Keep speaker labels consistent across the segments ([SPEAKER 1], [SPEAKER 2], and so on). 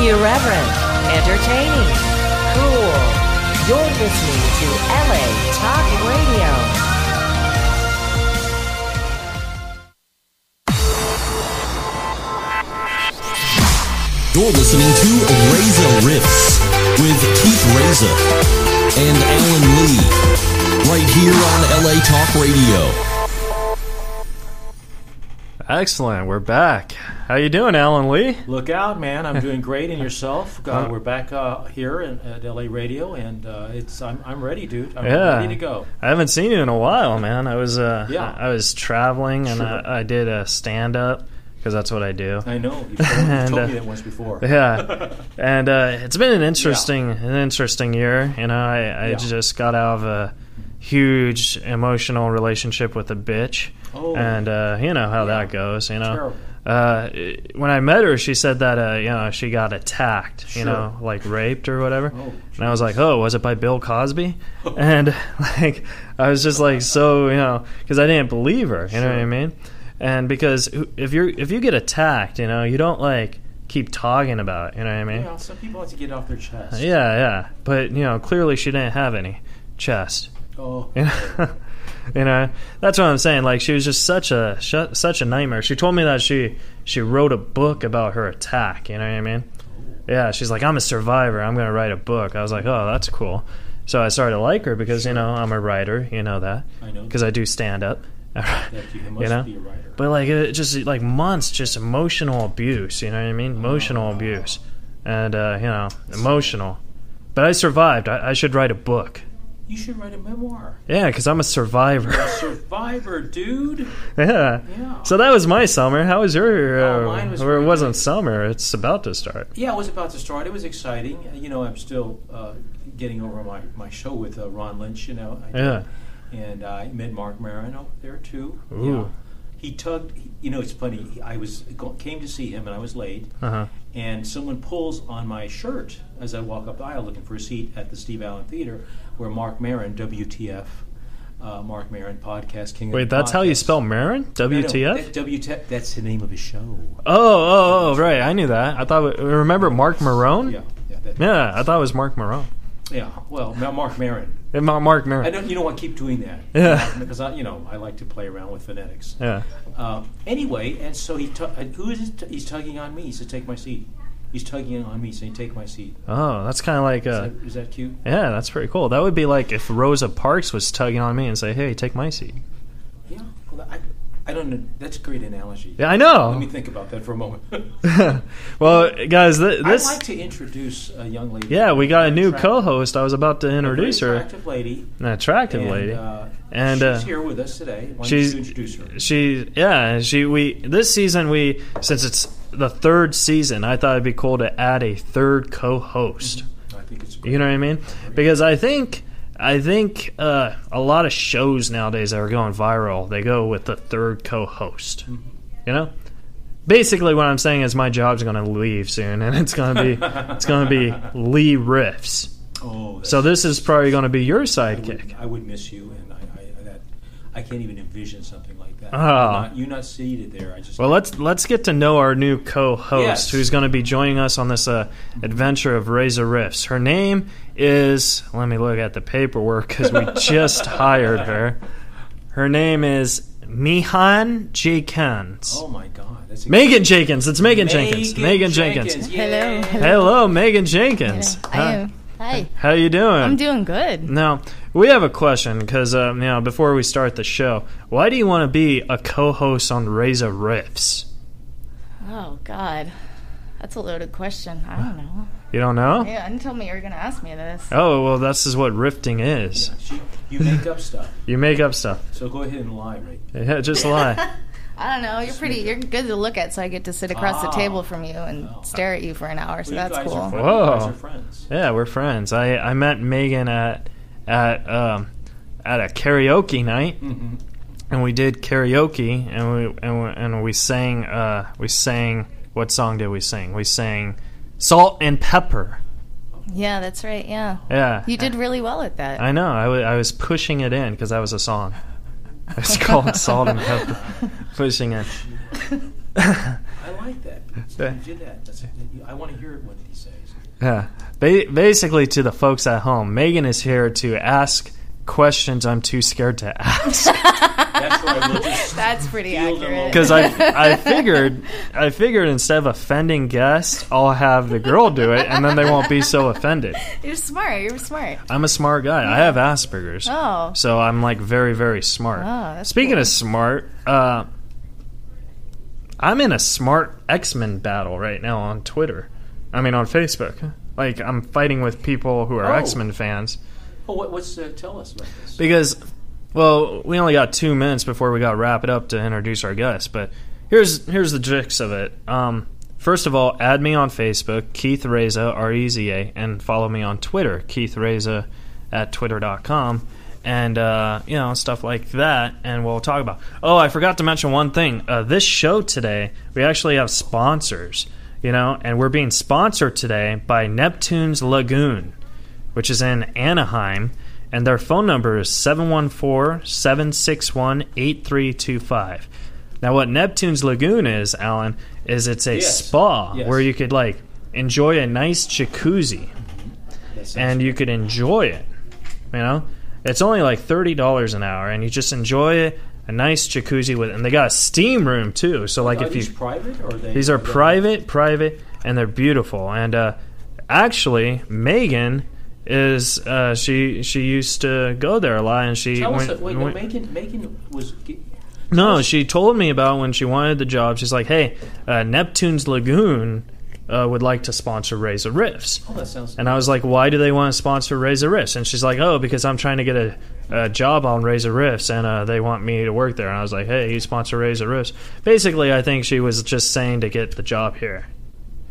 [SPEAKER 1] Irreverent, entertaining, cool. You're listening to LA Talk Radio.
[SPEAKER 2] You're listening to Razor Riffs with Keith Razor and Alan Lee, right here on LA Talk Radio.
[SPEAKER 3] Excellent. We're back. How you doing, Alan Lee?
[SPEAKER 4] Look out, man! I'm doing great, and yourself? Uh, we're back uh, here in, at LA Radio, and uh, it's I'm, I'm ready, dude. I'm
[SPEAKER 3] Yeah.
[SPEAKER 4] ready to go.
[SPEAKER 3] I haven't seen you in a while, man. I was uh,
[SPEAKER 4] Yeah.
[SPEAKER 3] I was traveling and
[SPEAKER 4] Sure.
[SPEAKER 3] I, I did a stand up because that's what I do.
[SPEAKER 4] I know you told, you
[SPEAKER 3] And,
[SPEAKER 4] told
[SPEAKER 3] uh,
[SPEAKER 4] me that once before.
[SPEAKER 3] Yeah, and uh, it's been an interesting an interesting year. You know, I, I
[SPEAKER 4] Yeah.
[SPEAKER 3] just got out of a huge emotional relationship with a bitch,
[SPEAKER 4] Oh.
[SPEAKER 3] and uh, you know how that goes. You know.
[SPEAKER 4] Terrible.
[SPEAKER 3] Uh, it- when I met her, she said that uh, you know she got attacked, you
[SPEAKER 4] Sure.
[SPEAKER 3] know, like raped or whatever.
[SPEAKER 4] Oh,
[SPEAKER 3] and I was like, oh, was it by Bill Cosby? and like, I was just like, so you know, because I didn't believe her. You know what I
[SPEAKER 4] Sure.
[SPEAKER 3] mean? And because who- if you're if you get attacked, you know, you don't like keep talking about it. You know what I mean?
[SPEAKER 4] Yeah, some people like to get off their chest.
[SPEAKER 3] yeah. yeah. But you know, clearly she didn't have any chest.
[SPEAKER 4] Oh,
[SPEAKER 3] You know, you know, that's what I'm saying. Like she was just such a sh- such a nightmare. She told me that she she wrote a book about her attack. You know what I mean? Yeah, she's like, I'm a survivor. I'm gonna write a book. I was like, oh, that's cool. So I started to like her because you know I'm a writer. You know that
[SPEAKER 4] I know.
[SPEAKER 3] because I do stand up.
[SPEAKER 4] that you must
[SPEAKER 3] you know?
[SPEAKER 4] be a writer.
[SPEAKER 3] But like it just like months, just emotional abuse. You know what I mean? Emotional abuse, and uh, you know, emotional. But I survived. I, I should write a book.
[SPEAKER 4] you should write a memoir.
[SPEAKER 3] Yeah, because I'm a survivor.
[SPEAKER 4] Survivor, dude.
[SPEAKER 3] yeah.
[SPEAKER 4] Yeah.
[SPEAKER 3] So that was my summer. How was your? Uh,
[SPEAKER 4] Oh, mine was
[SPEAKER 3] or it
[SPEAKER 4] really
[SPEAKER 3] wasn't
[SPEAKER 4] good.
[SPEAKER 3] summer. It's about to start.
[SPEAKER 4] Yeah, it was about to start. It was exciting. You know, I'm still uh, getting over my, my show with uh, Ron Lynch. You know, I did.
[SPEAKER 3] Yeah.
[SPEAKER 4] and I met Mark Maron out there too.
[SPEAKER 3] Ooh.
[SPEAKER 4] He tugged. You know, it's funny. he- I was go- came to see him, and I was late.
[SPEAKER 3] Uh huh.
[SPEAKER 4] And someone pulls on my shirt as I walk up the aisle looking for a seat at the Steve Allen Theater, where Mark Maron, WTF, uh, Mark Maron podcast king. of
[SPEAKER 3] Wait,
[SPEAKER 4] the
[SPEAKER 3] that's how you
[SPEAKER 4] podcast.
[SPEAKER 3] spell Marin?
[SPEAKER 4] No, no,
[SPEAKER 3] WTF?
[SPEAKER 4] that- WTF. That's the name of his show.
[SPEAKER 3] Oh, oh, oh, right. I knew that. I thought. Remember Mark Marone?
[SPEAKER 4] Yeah, yeah, that,
[SPEAKER 3] Yeah, I thought it was Mark Marone.
[SPEAKER 4] yeah. Well, Ma- Mark Maron.
[SPEAKER 3] Eh, Ma- Mark
[SPEAKER 4] I
[SPEAKER 3] Maron.
[SPEAKER 4] don't. You know, I keep doing that.
[SPEAKER 3] Yeah.
[SPEAKER 4] Because I, you know, I like to play around with phonetics.
[SPEAKER 3] Yeah.
[SPEAKER 4] Um, anyway, and so he tu- and who is it t- he's tugging on me? He said, "Take my seat." He's tugging on me, saying, "Take my seat."
[SPEAKER 3] Oh, that's kind of like.
[SPEAKER 4] Is,
[SPEAKER 3] Uh,
[SPEAKER 4] that, is that cute?
[SPEAKER 3] yeah, that's pretty cool. That would be like if Rosa Parks was tugging on me and say, "Hey, take my seat."
[SPEAKER 4] Yeah. Well, I, I don't know. That's a great analogy.
[SPEAKER 3] Yeah, I know.
[SPEAKER 4] Let me think about that for a moment.
[SPEAKER 3] well, guys, th-
[SPEAKER 4] I'd
[SPEAKER 3] this.
[SPEAKER 4] like to introduce a young lady.
[SPEAKER 3] yeah, we got a new
[SPEAKER 4] Attract-
[SPEAKER 3] co-host. I was about to
[SPEAKER 4] a very
[SPEAKER 3] introduce her.
[SPEAKER 4] Attractive lady.
[SPEAKER 3] An attractive
[SPEAKER 4] and,
[SPEAKER 3] lady.
[SPEAKER 4] Uh,
[SPEAKER 3] And,
[SPEAKER 4] she's
[SPEAKER 3] uh,
[SPEAKER 4] here with us today. Why
[SPEAKER 3] she's-
[SPEAKER 4] don't you introduce her?
[SPEAKER 3] she yeah she we this season we since it's the third season i thought it'd be cool to add a third co-host
[SPEAKER 4] I think it's. Great.
[SPEAKER 3] you know what i mean because i think i think uh, a lot of shows nowadays that are going viral they go with the third co-host
[SPEAKER 4] Mm-hmm.
[SPEAKER 3] you know basically what i'm saying is my job's going to leave soon and it's going to be it's going to be lee riffs
[SPEAKER 4] Oh,
[SPEAKER 3] so this is probably going to be your sidekick
[SPEAKER 4] I would miss you, and I, I that I can't even envision something like that.
[SPEAKER 3] Oh.
[SPEAKER 4] You're not, you're not seated there. I just
[SPEAKER 3] Well, let's let's get to know our new co-host,
[SPEAKER 4] Yes.
[SPEAKER 3] who's going to be joining us on this uh, adventure of Razor Riffs. Her name is. Let me look at the paperwork because we just hired her. Her name is Mihan Jenkins.
[SPEAKER 4] Oh my God, that's
[SPEAKER 3] Megan Jenkins. It's Megan, Jenkins. Megan Jenkins.
[SPEAKER 4] Hello.
[SPEAKER 3] Hello, Megan Jenkins.
[SPEAKER 5] I
[SPEAKER 3] Hi.
[SPEAKER 5] am. Hi.
[SPEAKER 3] How you doing?
[SPEAKER 5] I'm doing good.
[SPEAKER 3] Now, we have a question because um, you know, before we start the show, why do you want to be a co-host on Razor Riffs?
[SPEAKER 5] Oh God, that's a loaded question. I don't know.
[SPEAKER 3] You don't know?
[SPEAKER 5] Yeah, and tell me you were gonna ask me this.
[SPEAKER 3] Oh well, this is what rifting is.
[SPEAKER 4] She, you make up stuff,
[SPEAKER 3] You make up stuff.
[SPEAKER 4] so go ahead and lie, right?
[SPEAKER 3] Yeah, just lie.
[SPEAKER 5] I don't know. You're pretty. You're good to look at, so I get to sit across
[SPEAKER 4] Ah.
[SPEAKER 5] the table from you and stare at you for an hour. So
[SPEAKER 4] you
[SPEAKER 5] that's
[SPEAKER 4] guys Are
[SPEAKER 5] cool.
[SPEAKER 4] friends. You guys
[SPEAKER 3] Whoa.
[SPEAKER 4] are friends.
[SPEAKER 3] yeah, we're friends. I, I met Megan at at um, at a karaoke night,
[SPEAKER 4] Mhm.
[SPEAKER 3] and we did karaoke, and we and we, and we sang uh, we sang what song did we sing? We sang Salt and Pepper.
[SPEAKER 5] Yeah, that's right. Yeah,
[SPEAKER 3] Yeah,
[SPEAKER 5] you did really well at that.
[SPEAKER 3] I know. I wa- I was pushing it in because that was a song. It's called Salt and Pepper. Pushing it.
[SPEAKER 4] I like that. You did that. That's, I want to hear it one of these days.
[SPEAKER 3] Yeah. Ba- basically, to the folks at home, Megan is here to ask questions I'm too scared to ask
[SPEAKER 4] That's what I will just.
[SPEAKER 5] That's pretty
[SPEAKER 4] Feel them
[SPEAKER 5] accurate.
[SPEAKER 3] because I I figured I figured instead of offending guests, I'll have the girl do it, and then they won't be so offended.
[SPEAKER 5] You're smart. You're smart.
[SPEAKER 3] I'm a smart guy. I have Asperger's,
[SPEAKER 5] Oh.
[SPEAKER 3] so I'm like very very smart.
[SPEAKER 5] Oh, that's
[SPEAKER 3] Speaking
[SPEAKER 5] cool.
[SPEAKER 3] of smart, uh, I'm in a smart X Men battle right now on Twitter. I mean on Facebook. Like I'm fighting with people who are
[SPEAKER 4] Oh.
[SPEAKER 3] X Men fans.
[SPEAKER 4] Oh, what, what's uh, tell us about this?
[SPEAKER 3] because well we only got two minutes before we got to wrap it up to introduce our guest but here's here's the gist of it um, first of all add me on facebook keith reza r-e-z-a and follow me on twitter keith reza at twitter.com and uh, you know stuff like that and we'll talk about oh i forgot to mention one thing uh, this show today we actually have sponsors you know and we're being sponsored today by neptune's lagoon which is in Anaheim, and their phone number is 714 761 8325. Now, what Neptune's Lagoon is, Alan, is it's a
[SPEAKER 4] Yes.
[SPEAKER 3] spa
[SPEAKER 4] Yes.
[SPEAKER 3] where you could like enjoy a nice jacuzzi
[SPEAKER 4] That sounds-
[SPEAKER 3] and you could enjoy it. You know, it's only like $30 an hour, and you just enjoy it. A nice jacuzzi with, and they got a steam room too. So like,
[SPEAKER 4] are
[SPEAKER 3] if
[SPEAKER 4] these
[SPEAKER 3] you
[SPEAKER 4] private or are they?
[SPEAKER 3] these are
[SPEAKER 4] they-
[SPEAKER 3] private, private, and they're beautiful. And uh, actually, Megan is uh, she she used to go there a lot, and she
[SPEAKER 4] Tell us
[SPEAKER 3] went-
[SPEAKER 4] that. Wait, no,
[SPEAKER 3] went-
[SPEAKER 4] Megan. Megan was. oh, ge-
[SPEAKER 3] no, she told me about when she wanted the job. She's like, hey, uh, Neptune's Lagoon uh, would like to sponsor Razor Riffs.
[SPEAKER 4] Oh, that sounds.
[SPEAKER 3] And I was like, why do they want to sponsor Razor Riffs? And she's like, oh, because I'm trying to get a, a job on Razor Riffs and uh, they want me to work there. And I was like, hey, you sponsor Razor Riffs. Basically, I think she was just saying to get the job here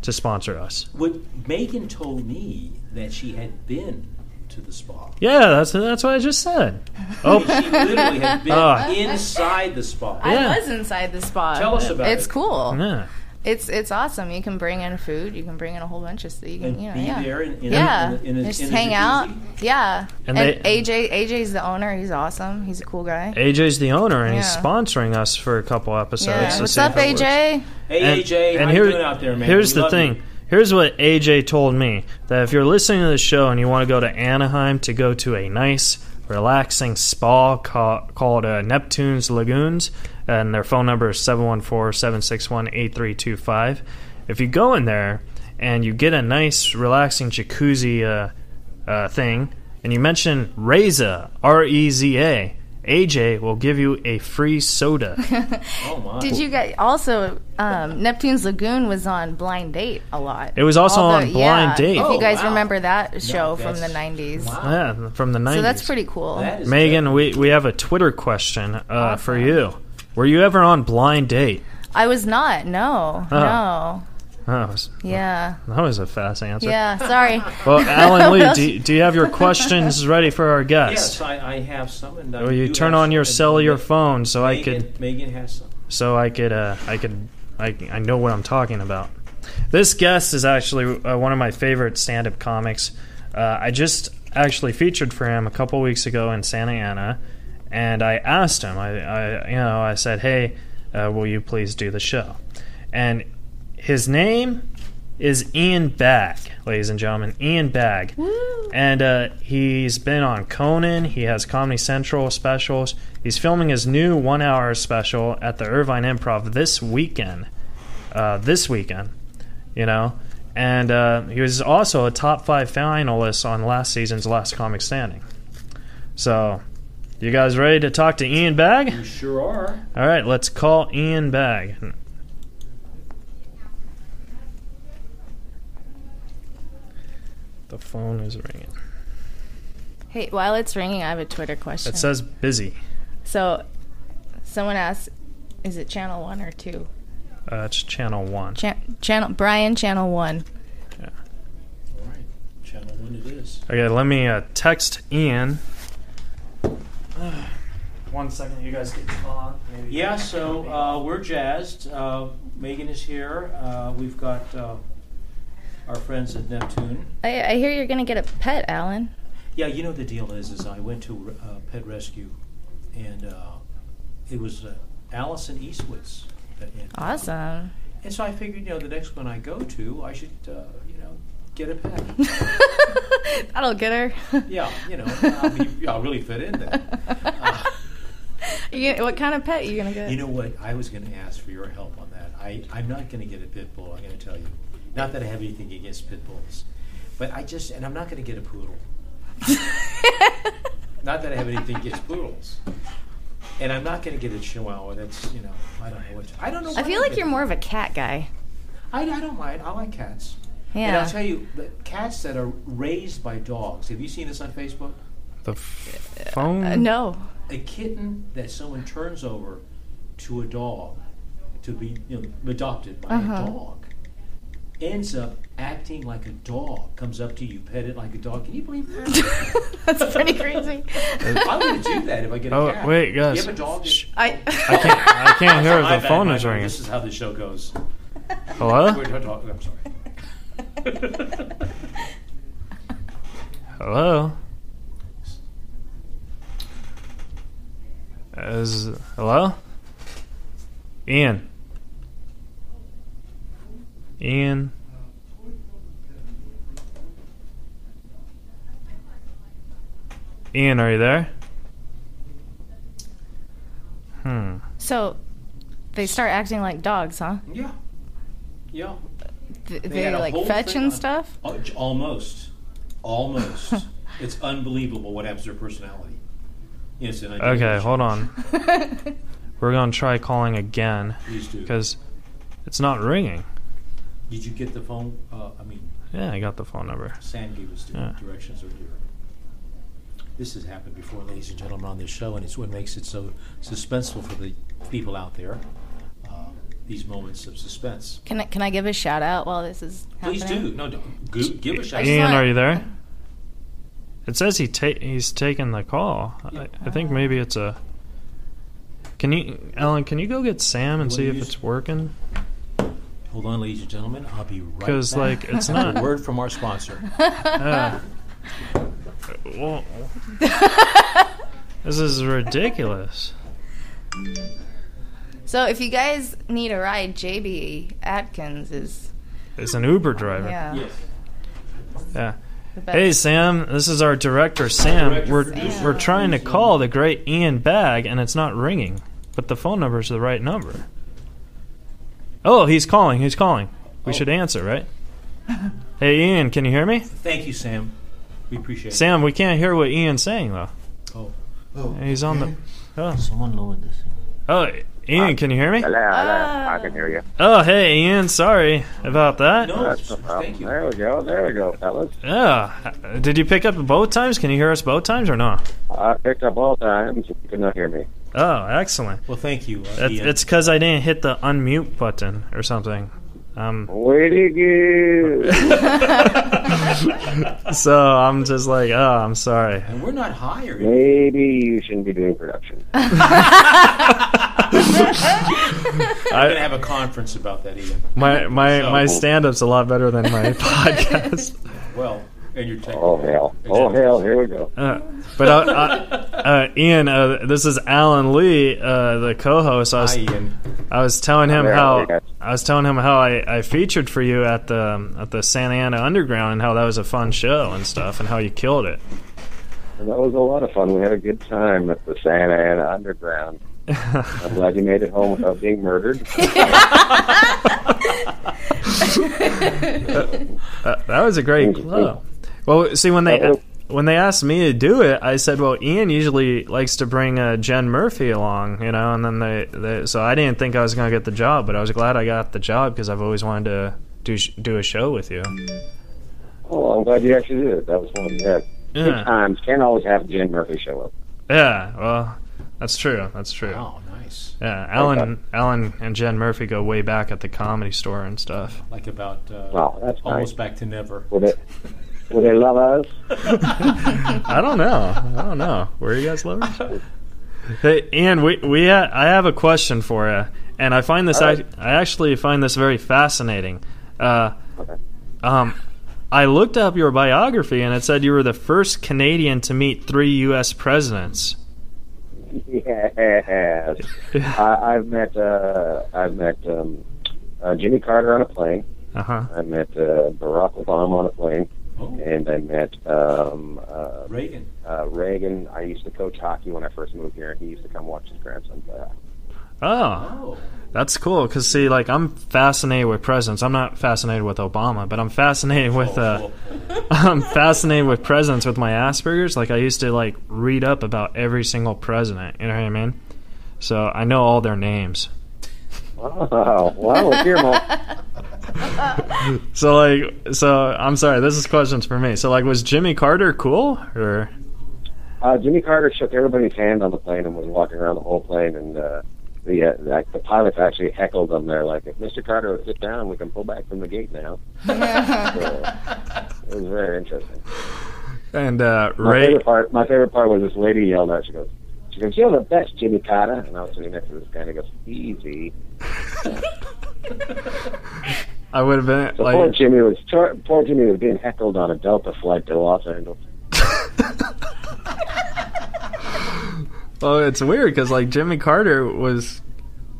[SPEAKER 3] to sponsor us.
[SPEAKER 4] What Megan told me that she had been to the spa.
[SPEAKER 3] Yeah, that's that's what I just said. Oh,
[SPEAKER 4] She literally had been
[SPEAKER 3] Ah.
[SPEAKER 4] inside the spa.
[SPEAKER 3] Yeah.
[SPEAKER 5] I was inside the spa.
[SPEAKER 4] Tell us about
[SPEAKER 5] it's
[SPEAKER 4] it.
[SPEAKER 5] cool.
[SPEAKER 3] yeah.
[SPEAKER 5] It's it's awesome. You can bring in food. You can bring in a whole bunch of stuff. You can
[SPEAKER 4] And
[SPEAKER 5] you know,
[SPEAKER 4] be
[SPEAKER 5] yeah.
[SPEAKER 4] there in, in,
[SPEAKER 5] yeah,
[SPEAKER 4] in, in, a- in, a-
[SPEAKER 5] just
[SPEAKER 4] in a
[SPEAKER 5] hang
[SPEAKER 4] jacuzzi?
[SPEAKER 5] out. Yeah,
[SPEAKER 3] And
[SPEAKER 5] and,
[SPEAKER 3] they-
[SPEAKER 5] AJ AJ's the owner. He's awesome. He's a cool guy.
[SPEAKER 3] AJ's the owner and he's
[SPEAKER 5] Yeah.
[SPEAKER 3] sponsoring us for a couple episodes.
[SPEAKER 5] Yeah.
[SPEAKER 3] Let's
[SPEAKER 5] What's
[SPEAKER 3] see
[SPEAKER 5] up,
[SPEAKER 3] how it works.
[SPEAKER 5] AJ?
[SPEAKER 4] Hey AJ, how you doing out there, man?
[SPEAKER 3] Here's
[SPEAKER 4] We
[SPEAKER 3] the
[SPEAKER 4] love
[SPEAKER 3] thing.
[SPEAKER 4] you.
[SPEAKER 3] Here's what AJ told me that if you're listening to the show and you want to go to Anaheim to go to a nice, relaxing spa ca- called uh, Neptune's Lagoons, and their phone number is 714 761 8325. If you go in there and you get a nice, relaxing jacuzzi uh, uh, thing, and you mention Reza, R E Z A, AJ will give you a free soda.
[SPEAKER 4] Oh my!
[SPEAKER 5] Did you guys also um, Neptune's Lagoon was on Blind Date a lot.
[SPEAKER 3] It was also
[SPEAKER 5] All
[SPEAKER 3] on Blind
[SPEAKER 5] yeah,
[SPEAKER 3] Date.
[SPEAKER 5] If
[SPEAKER 4] Oh,
[SPEAKER 5] you guys
[SPEAKER 4] wow.
[SPEAKER 5] remember that show from the
[SPEAKER 4] that's-
[SPEAKER 5] '90s,
[SPEAKER 4] Wow.
[SPEAKER 3] yeah, from the 90s.
[SPEAKER 5] so that's pretty cool.
[SPEAKER 4] That is
[SPEAKER 3] Megan, we, we have a Twitter question uh, for you. Were you ever on blind date?
[SPEAKER 5] I was not. No,
[SPEAKER 3] Huh.
[SPEAKER 5] no.
[SPEAKER 3] Oh, that was,
[SPEAKER 5] Yeah,
[SPEAKER 3] that was a fast answer.
[SPEAKER 5] yeah. Sorry.
[SPEAKER 3] Well, Alan Lee, do, do you have your questions ready for our
[SPEAKER 4] Yes,
[SPEAKER 3] guest?
[SPEAKER 4] I, I have some. And I
[SPEAKER 3] Will Oh, you
[SPEAKER 4] do
[SPEAKER 3] turn
[SPEAKER 4] have
[SPEAKER 3] on your
[SPEAKER 4] some.
[SPEAKER 3] cell, your phone, so I
[SPEAKER 4] Megan-
[SPEAKER 3] could
[SPEAKER 4] Megan has some.
[SPEAKER 3] so I could uh, I could I, I know what I'm talking about. This guest is actually uh, one of my favorite stand-up comics. Uh, I just actually featured for him a couple weeks ago in Santa Ana, and I asked him. I, I you know I said, "Hey, uh, will you please do the show?" And his name is Ian Bagg, ladies and gentlemen. Ian Bagg. And uh, he's been on Conan. He has Comedy Central specials. He's filming his new one hour special at the Irvine Improv this weekend. Uh, this weekend, you know? And uh, he was also a top five finalist on last season's Last Comic Standing. So, you guys ready to talk to Ian Bagg?
[SPEAKER 4] You sure are.
[SPEAKER 3] All right, let's call Ian Bagg. The phone is ringing.
[SPEAKER 5] Hey, while it's ringing, I have a Twitter question.
[SPEAKER 3] It says busy.
[SPEAKER 5] so, someone asked, "Is it channel one or two?
[SPEAKER 3] Uh, it's channel one.
[SPEAKER 5] Chan- channel Brian, channel one.
[SPEAKER 4] All right, channel one it is.
[SPEAKER 3] Okay, let me uh, text Ian. One second, you guys get on. Maybe.
[SPEAKER 4] Yeah, so uh, we're jazzed. Uh, Megan is here. Uh, we've got uh, our friends at Neptune.
[SPEAKER 5] I, I hear you're gonna get a pet, Alan.
[SPEAKER 4] Yeah, you know the deal is, is I went to uh, Pet Rescue, and uh, it was uh, Allison Eastwood's. that-
[SPEAKER 5] Awesome.
[SPEAKER 4] And so I figured, you know, the next one I go to, I should, uh, you know, get a pet.
[SPEAKER 5] That'll get her.
[SPEAKER 4] yeah, you know, I'll, be, I'll really fit in there. Uh,
[SPEAKER 5] You gonna- what kind of pet you gonna get?
[SPEAKER 4] you know what? I was going to ask for your help on that. I, I'm not going to get a pit bull, I'm going to tell you. Not that I have anything against pit bulls, but I just, and I'm not going to get a poodle. Not that I have anything against poodles. And I'm not going to get a chihuahua. That's, you know, I don't know what to, I don't know
[SPEAKER 5] I
[SPEAKER 4] what
[SPEAKER 5] feel
[SPEAKER 4] I'm
[SPEAKER 5] like you're
[SPEAKER 4] gonna
[SPEAKER 5] more of a cat guy.
[SPEAKER 4] do. I, I don't mind. I like cats. And I'll
[SPEAKER 5] Yeah.
[SPEAKER 4] tell you, the cats that are raised by dogs, have you seen this on Facebook?
[SPEAKER 3] The f- phone?
[SPEAKER 5] Uh, no.
[SPEAKER 4] A kitten that someone turns over to a dog to be you know, adopted by a dog ends up acting like a dog, comes up to you, pet it like a dog. Can you believe that?
[SPEAKER 5] That's pretty crazy.
[SPEAKER 4] I would do that if I get a
[SPEAKER 3] Oh,
[SPEAKER 4] cat.
[SPEAKER 3] wait,
[SPEAKER 4] You
[SPEAKER 3] guys.
[SPEAKER 4] have a dog?
[SPEAKER 3] Shh. I
[SPEAKER 5] I
[SPEAKER 3] can't, I can't hear
[SPEAKER 4] My
[SPEAKER 3] if the
[SPEAKER 4] bad,
[SPEAKER 3] phone
[SPEAKER 4] my
[SPEAKER 3] is
[SPEAKER 4] bad.
[SPEAKER 3] ringing.
[SPEAKER 4] This is how the show goes.
[SPEAKER 3] Hello?
[SPEAKER 4] We're not talking- I'm sorry.
[SPEAKER 3] Hello? Is, hello? Ian. Ian. Ian, are you there? Hmm.
[SPEAKER 5] so they start acting like dogs, huh?
[SPEAKER 4] Yeah. Yeah.
[SPEAKER 5] Th-
[SPEAKER 4] They
[SPEAKER 5] They,
[SPEAKER 4] had a
[SPEAKER 5] like
[SPEAKER 4] whole
[SPEAKER 5] fetch
[SPEAKER 4] thing
[SPEAKER 5] and
[SPEAKER 4] on-
[SPEAKER 5] stuff.
[SPEAKER 4] Al- Almost. Almost. it's unbelievable what happens to their personality. Yes, and I do
[SPEAKER 3] Okay,
[SPEAKER 4] appreciate
[SPEAKER 3] hold
[SPEAKER 4] it.
[SPEAKER 3] on. We're gonna try calling again
[SPEAKER 4] Please do.
[SPEAKER 3] because it's not ringing.
[SPEAKER 4] Did you get the phone? Uh, I mean,
[SPEAKER 3] Yeah, I got the phone number.
[SPEAKER 4] Sam gave us the
[SPEAKER 3] Yeah.
[SPEAKER 4] directions earlier. This has happened before, ladies and gentlemen, on this show, and it's what makes it so suspenseful for the people out there. Uh, these moments of suspense.
[SPEAKER 5] Can I, can I give a shout out while this is happening?
[SPEAKER 4] Please do. No, don't. Go, give a shout.
[SPEAKER 5] just
[SPEAKER 3] Ian,
[SPEAKER 5] want-
[SPEAKER 3] are you there? It says he ta- he's taking the call.
[SPEAKER 4] Yeah.
[SPEAKER 3] I, I think maybe it's a. Can you, Ellen? Can you go get Sam and
[SPEAKER 4] What
[SPEAKER 3] see
[SPEAKER 4] do
[SPEAKER 3] if
[SPEAKER 4] you
[SPEAKER 3] it's
[SPEAKER 4] s-
[SPEAKER 3] working?
[SPEAKER 4] Hold on, ladies and gentlemen. I'll be right back.
[SPEAKER 3] Because like it's
[SPEAKER 4] a
[SPEAKER 3] not.
[SPEAKER 4] word from our sponsor.
[SPEAKER 3] uh, well, this is ridiculous.
[SPEAKER 5] So if you guys need a ride, JB Atkins is
[SPEAKER 3] It's an Uber driver.
[SPEAKER 5] yeah.
[SPEAKER 4] yes.
[SPEAKER 3] yeah.
[SPEAKER 5] the best.
[SPEAKER 3] Hey Sam, this is our director Sam.
[SPEAKER 4] Director,
[SPEAKER 3] we're
[SPEAKER 4] producer.
[SPEAKER 3] we're trying to call the great Ian Bag, and it's not ringing. But the phone number's the right number. Oh, he's calling. He's calling. We
[SPEAKER 4] Oh.
[SPEAKER 3] should answer, right? hey Ian, can you hear me?
[SPEAKER 4] Thank you, Sam. We appreciate it.
[SPEAKER 3] Sam, we can't hear what Ian's saying though.
[SPEAKER 4] Oh.
[SPEAKER 3] He's on the. Oh,
[SPEAKER 4] Someone lowered this.
[SPEAKER 3] oh Ian, can you hear me?
[SPEAKER 6] Hello, hello.
[SPEAKER 5] Ah.
[SPEAKER 6] I can hear you.
[SPEAKER 3] Oh, hey Ian, sorry about that.
[SPEAKER 4] No,
[SPEAKER 6] That's no problem.
[SPEAKER 4] thank you.
[SPEAKER 6] There we go. There we go, fellas.
[SPEAKER 3] Yeah. Oh, Did you pick up both times? Can you hear us both times or no?
[SPEAKER 6] I Ah, picked up all times. You could not hear me.
[SPEAKER 3] Oh, excellent.
[SPEAKER 4] Well, thank you. Uh,
[SPEAKER 3] It's
[SPEAKER 4] Ian.
[SPEAKER 3] it's because I didn't hit the unmute button or something. Um,
[SPEAKER 6] Way to go.
[SPEAKER 3] so I'm just like, oh, I'm sorry.
[SPEAKER 4] and we're not hired.
[SPEAKER 6] Maybe you shouldn't be doing production.
[SPEAKER 4] We're gonna
[SPEAKER 3] I,
[SPEAKER 4] have a conference about that, Ian.
[SPEAKER 3] my my my stand up's a lot better than my podcast.
[SPEAKER 4] Well, and your technical.
[SPEAKER 6] Oh, hell. Oh, hell. Here we go.
[SPEAKER 3] Uh, but I, I, uh, Ian, uh, this is Alan Lee, uh, the co-host. I was
[SPEAKER 4] Hi, Ian.
[SPEAKER 3] I was telling him
[SPEAKER 6] Yeah,
[SPEAKER 3] how
[SPEAKER 6] yeah.
[SPEAKER 3] I was telling him how I, I featured for you at the um, at the Santa Ana Underground and how that was a fun show and stuff and how you killed it.
[SPEAKER 6] And that was a lot of fun. We had a good time at the Santa Ana Underground. I'm glad you made it home without being murdered.
[SPEAKER 3] That, that was a great club. Well, see when they
[SPEAKER 6] That was-
[SPEAKER 3] when they asked me to do it, I said, "Well, Ian usually likes to bring uh, Jen Murphy along, you know." And then they, they so I didn't think I was going to get the job, but I was glad I got the job because I've always wanted to do sh- do a show with you.
[SPEAKER 6] Oh, I'm glad you actually did it. That was fun. Yeah. Good
[SPEAKER 3] Yeah,
[SPEAKER 6] times. Can't always have Jen Murphy show up.
[SPEAKER 3] yeah. Well, that's true. That's true.
[SPEAKER 4] Oh, nice.
[SPEAKER 3] Yeah, Alan,
[SPEAKER 6] Okay.
[SPEAKER 3] Alan, and Jen Murphy go way back at the comedy store and stuff.
[SPEAKER 4] Like about uh,
[SPEAKER 6] Wow, that's
[SPEAKER 4] almost
[SPEAKER 6] nice.
[SPEAKER 4] back to never.
[SPEAKER 6] Would it? Would they love us?
[SPEAKER 3] I don't know. I don't know. Where are you guys living?
[SPEAKER 4] Oh,
[SPEAKER 3] hey, Ian, we we ha- I have a question for you, and I find this
[SPEAKER 6] All
[SPEAKER 3] I,
[SPEAKER 6] right.
[SPEAKER 3] I actually find this very fascinating. Uh, um, I looked up your biography, and it said you were the first Canadian to meet three U.S. presidents.
[SPEAKER 6] Yes, I, I've met uh, I've met um, uh, Jimmy Carter on a plane.
[SPEAKER 3] Uh huh.
[SPEAKER 6] I met uh, Barack Obama on a plane,
[SPEAKER 4] Oh,
[SPEAKER 6] and I met um, uh,
[SPEAKER 4] Reagan.
[SPEAKER 6] uh, Reagan. I used to coach hockey when I first moved here, and he used to come watch his grandson play hockey.
[SPEAKER 3] Oh,
[SPEAKER 4] Oh,
[SPEAKER 3] that's cool. Cause see, like I'm fascinated with presidents. I'm not fascinated with Obama, but I'm fascinated with uh, I'm fascinated with presidents with my Asperger's. Like I used to like read up about every single president. You know what I mean? So I know all their names.
[SPEAKER 6] Wow! Wow! Dear Mom.
[SPEAKER 3] So like, so I'm sorry. This is questions for me. So like, was Jimmy Carter cool or?
[SPEAKER 6] Uh, Jimmy Carter shook everybody's hand on the plane and was walking around the whole plane, and uh, the uh, like the pilots actually heckled them. They're like, "If Mr. Carter would sit down, we can pull back from the gate now." so, it was very interesting.
[SPEAKER 3] And uh,
[SPEAKER 6] My
[SPEAKER 3] Ray,
[SPEAKER 6] favorite part, my favorite part was this lady yelled out. She goes, "She goes, you're the best, Jimmy Carter." And I was sitting next to this guy, and he goes, "Easy."
[SPEAKER 3] I would have been
[SPEAKER 6] So
[SPEAKER 3] like,
[SPEAKER 6] poor Jimmy was tor- poor Jimmy was being heckled on a Delta flight to Los Angeles.
[SPEAKER 3] Well, it's weird because like Jimmy Carter was,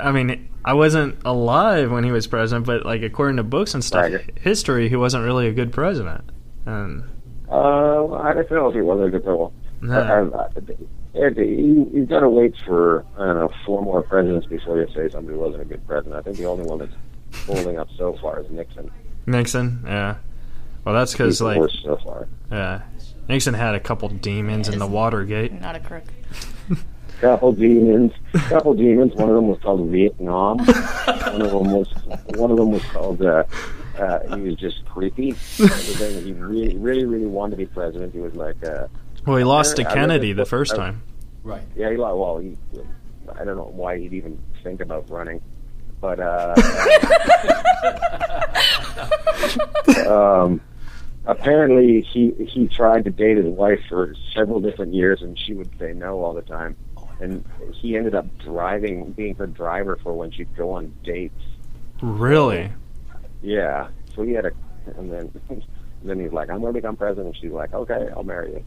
[SPEAKER 3] I mean, I wasn't alive when he was president, but like according to books and stuff,
[SPEAKER 6] Right.
[SPEAKER 3] history, he wasn't really a good president. And
[SPEAKER 6] Uh, I don't know if he was a good player.
[SPEAKER 3] No.
[SPEAKER 6] I- I- Eric, you, you've got to wait for, I don't know, four more presidents before you say somebody wasn't a good president. I think the only one that's holding up so far is Nixon.
[SPEAKER 3] Nixon, yeah. Well, that's
[SPEAKER 6] He's
[SPEAKER 3] because
[SPEAKER 6] the
[SPEAKER 3] like,
[SPEAKER 6] worst so far.
[SPEAKER 3] yeah, Nixon had a couple demons in the Watergate.
[SPEAKER 5] Not a crook.
[SPEAKER 6] Couple demons. Couple demons. One of them was called Vietnam. one of them was. One of them was called. Uh, uh, he was just creepy. Everything- he really, really, really wanted to be president. He was like, uh,
[SPEAKER 3] Well, he lost to
[SPEAKER 6] I read this
[SPEAKER 3] Kennedy the
[SPEAKER 6] book-
[SPEAKER 3] first
[SPEAKER 6] I-
[SPEAKER 3] time.
[SPEAKER 4] right.
[SPEAKER 6] Yeah, he like well, he, I don't know why he'd even think about running, but uh, um, apparently he he tried to date his wife for several different years, and she would say no all the time. And he ended up driving, being her driver for when she'd go on dates.
[SPEAKER 3] Really?
[SPEAKER 6] Yeah, so he had a, and then and then he's like, I'm gonna become president. And she's like, Okay, I'll marry you.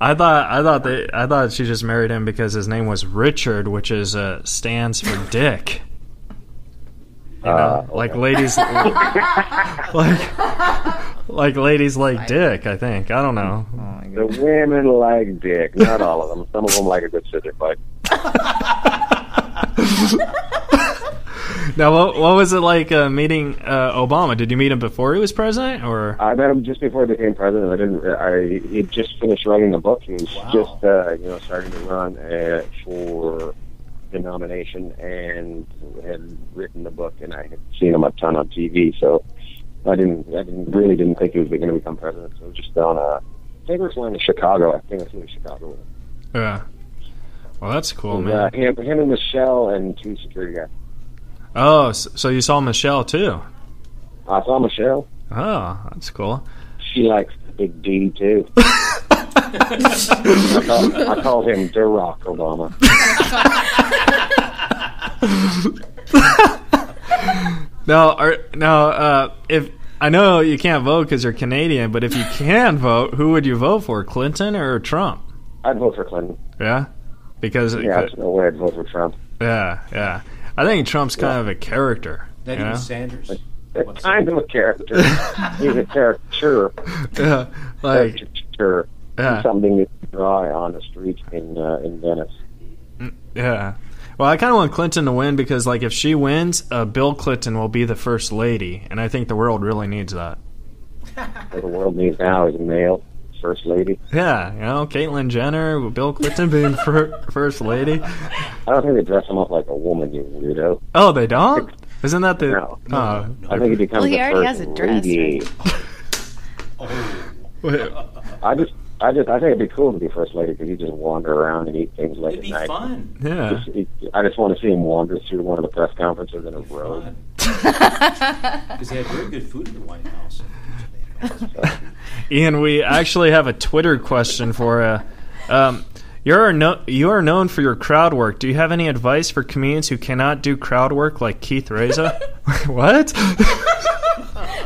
[SPEAKER 3] I thought I thought they I thought she just married him because his name was Richard, which is uh, stands for Dick. You know, like ladies, like like ladies like Dick. I think I don't know.
[SPEAKER 6] The women like dick. Not all of them. Some of them like a good scissor fight.
[SPEAKER 3] Now, what, what was it like uh, meeting uh, Obama? Did you meet him before he was president, or
[SPEAKER 6] I met him just before he became president. I didn't. I he just finished writing the book. He was
[SPEAKER 4] Wow.
[SPEAKER 6] just uh, you know starting to run uh, for the nomination and had written the book. And I had seen him a ton on TV, so I didn't. I didn't, really didn't think he was going to become president. So it was just on a. I think it was one in Chicago. I think it was in Chicago.
[SPEAKER 3] yeah? Well, that's cool,
[SPEAKER 6] uh,
[SPEAKER 3] Oh, man.
[SPEAKER 6] him, him and Michelle and two security guys.
[SPEAKER 3] Oh, so, so you saw Michelle too?
[SPEAKER 6] I saw Michelle.
[SPEAKER 3] Oh, that's cool.
[SPEAKER 6] She likes Big D too. I, call, I call him Barack Obama.
[SPEAKER 3] Now, are, now, uh, if I know you can't vote because you're Canadian, but if you can vote, who would you vote for, Clinton or Trump?
[SPEAKER 6] I'd vote for Clinton.
[SPEAKER 3] Yeah, because it
[SPEAKER 6] Yeah,
[SPEAKER 3] could-
[SPEAKER 6] there's no way I'd vote for Trump.
[SPEAKER 3] yeah, yeah. I think Trump's kind of a character.
[SPEAKER 4] That
[SPEAKER 3] you know?
[SPEAKER 4] even Sanders. What's
[SPEAKER 6] I'm a character. He's a character.
[SPEAKER 3] yeah, like
[SPEAKER 6] Character.
[SPEAKER 3] yeah,
[SPEAKER 6] Something you draw on the street in uh, in Venice.
[SPEAKER 3] yeah. Well, I kind of want Clinton to win because, like, if she wins, uh, Bill Clinton will be the first lady, and I think the world really needs that.
[SPEAKER 6] What the world needs now is a male first lady.
[SPEAKER 3] Yeah, you know, Caitlyn Jenner, with Bill Clinton being fir- first lady.
[SPEAKER 6] I don't think they dress him up like a woman, you weirdo.
[SPEAKER 3] Oh, they don't. Isn't that the?
[SPEAKER 6] No.
[SPEAKER 3] Oh.
[SPEAKER 6] I think he becomes
[SPEAKER 5] Well, he
[SPEAKER 6] the
[SPEAKER 5] already
[SPEAKER 6] first
[SPEAKER 5] has a dress,
[SPEAKER 6] lady.
[SPEAKER 3] Wait,
[SPEAKER 6] I just, I just, I think it'd be cool to be first lady because you just wander around and eat things late
[SPEAKER 4] It'd
[SPEAKER 6] at
[SPEAKER 4] be
[SPEAKER 6] night.
[SPEAKER 4] fun.
[SPEAKER 3] Yeah.
[SPEAKER 6] Just- it- I just want to see him wander through one of the press conferences in a row.
[SPEAKER 4] Because they had very good food in the White House.
[SPEAKER 3] Ian, we actually have a Twitter question for you. Um, you're no, you are known for your crowd work. Do you have any advice for comedians who cannot do crowd work like Keith Reza? what?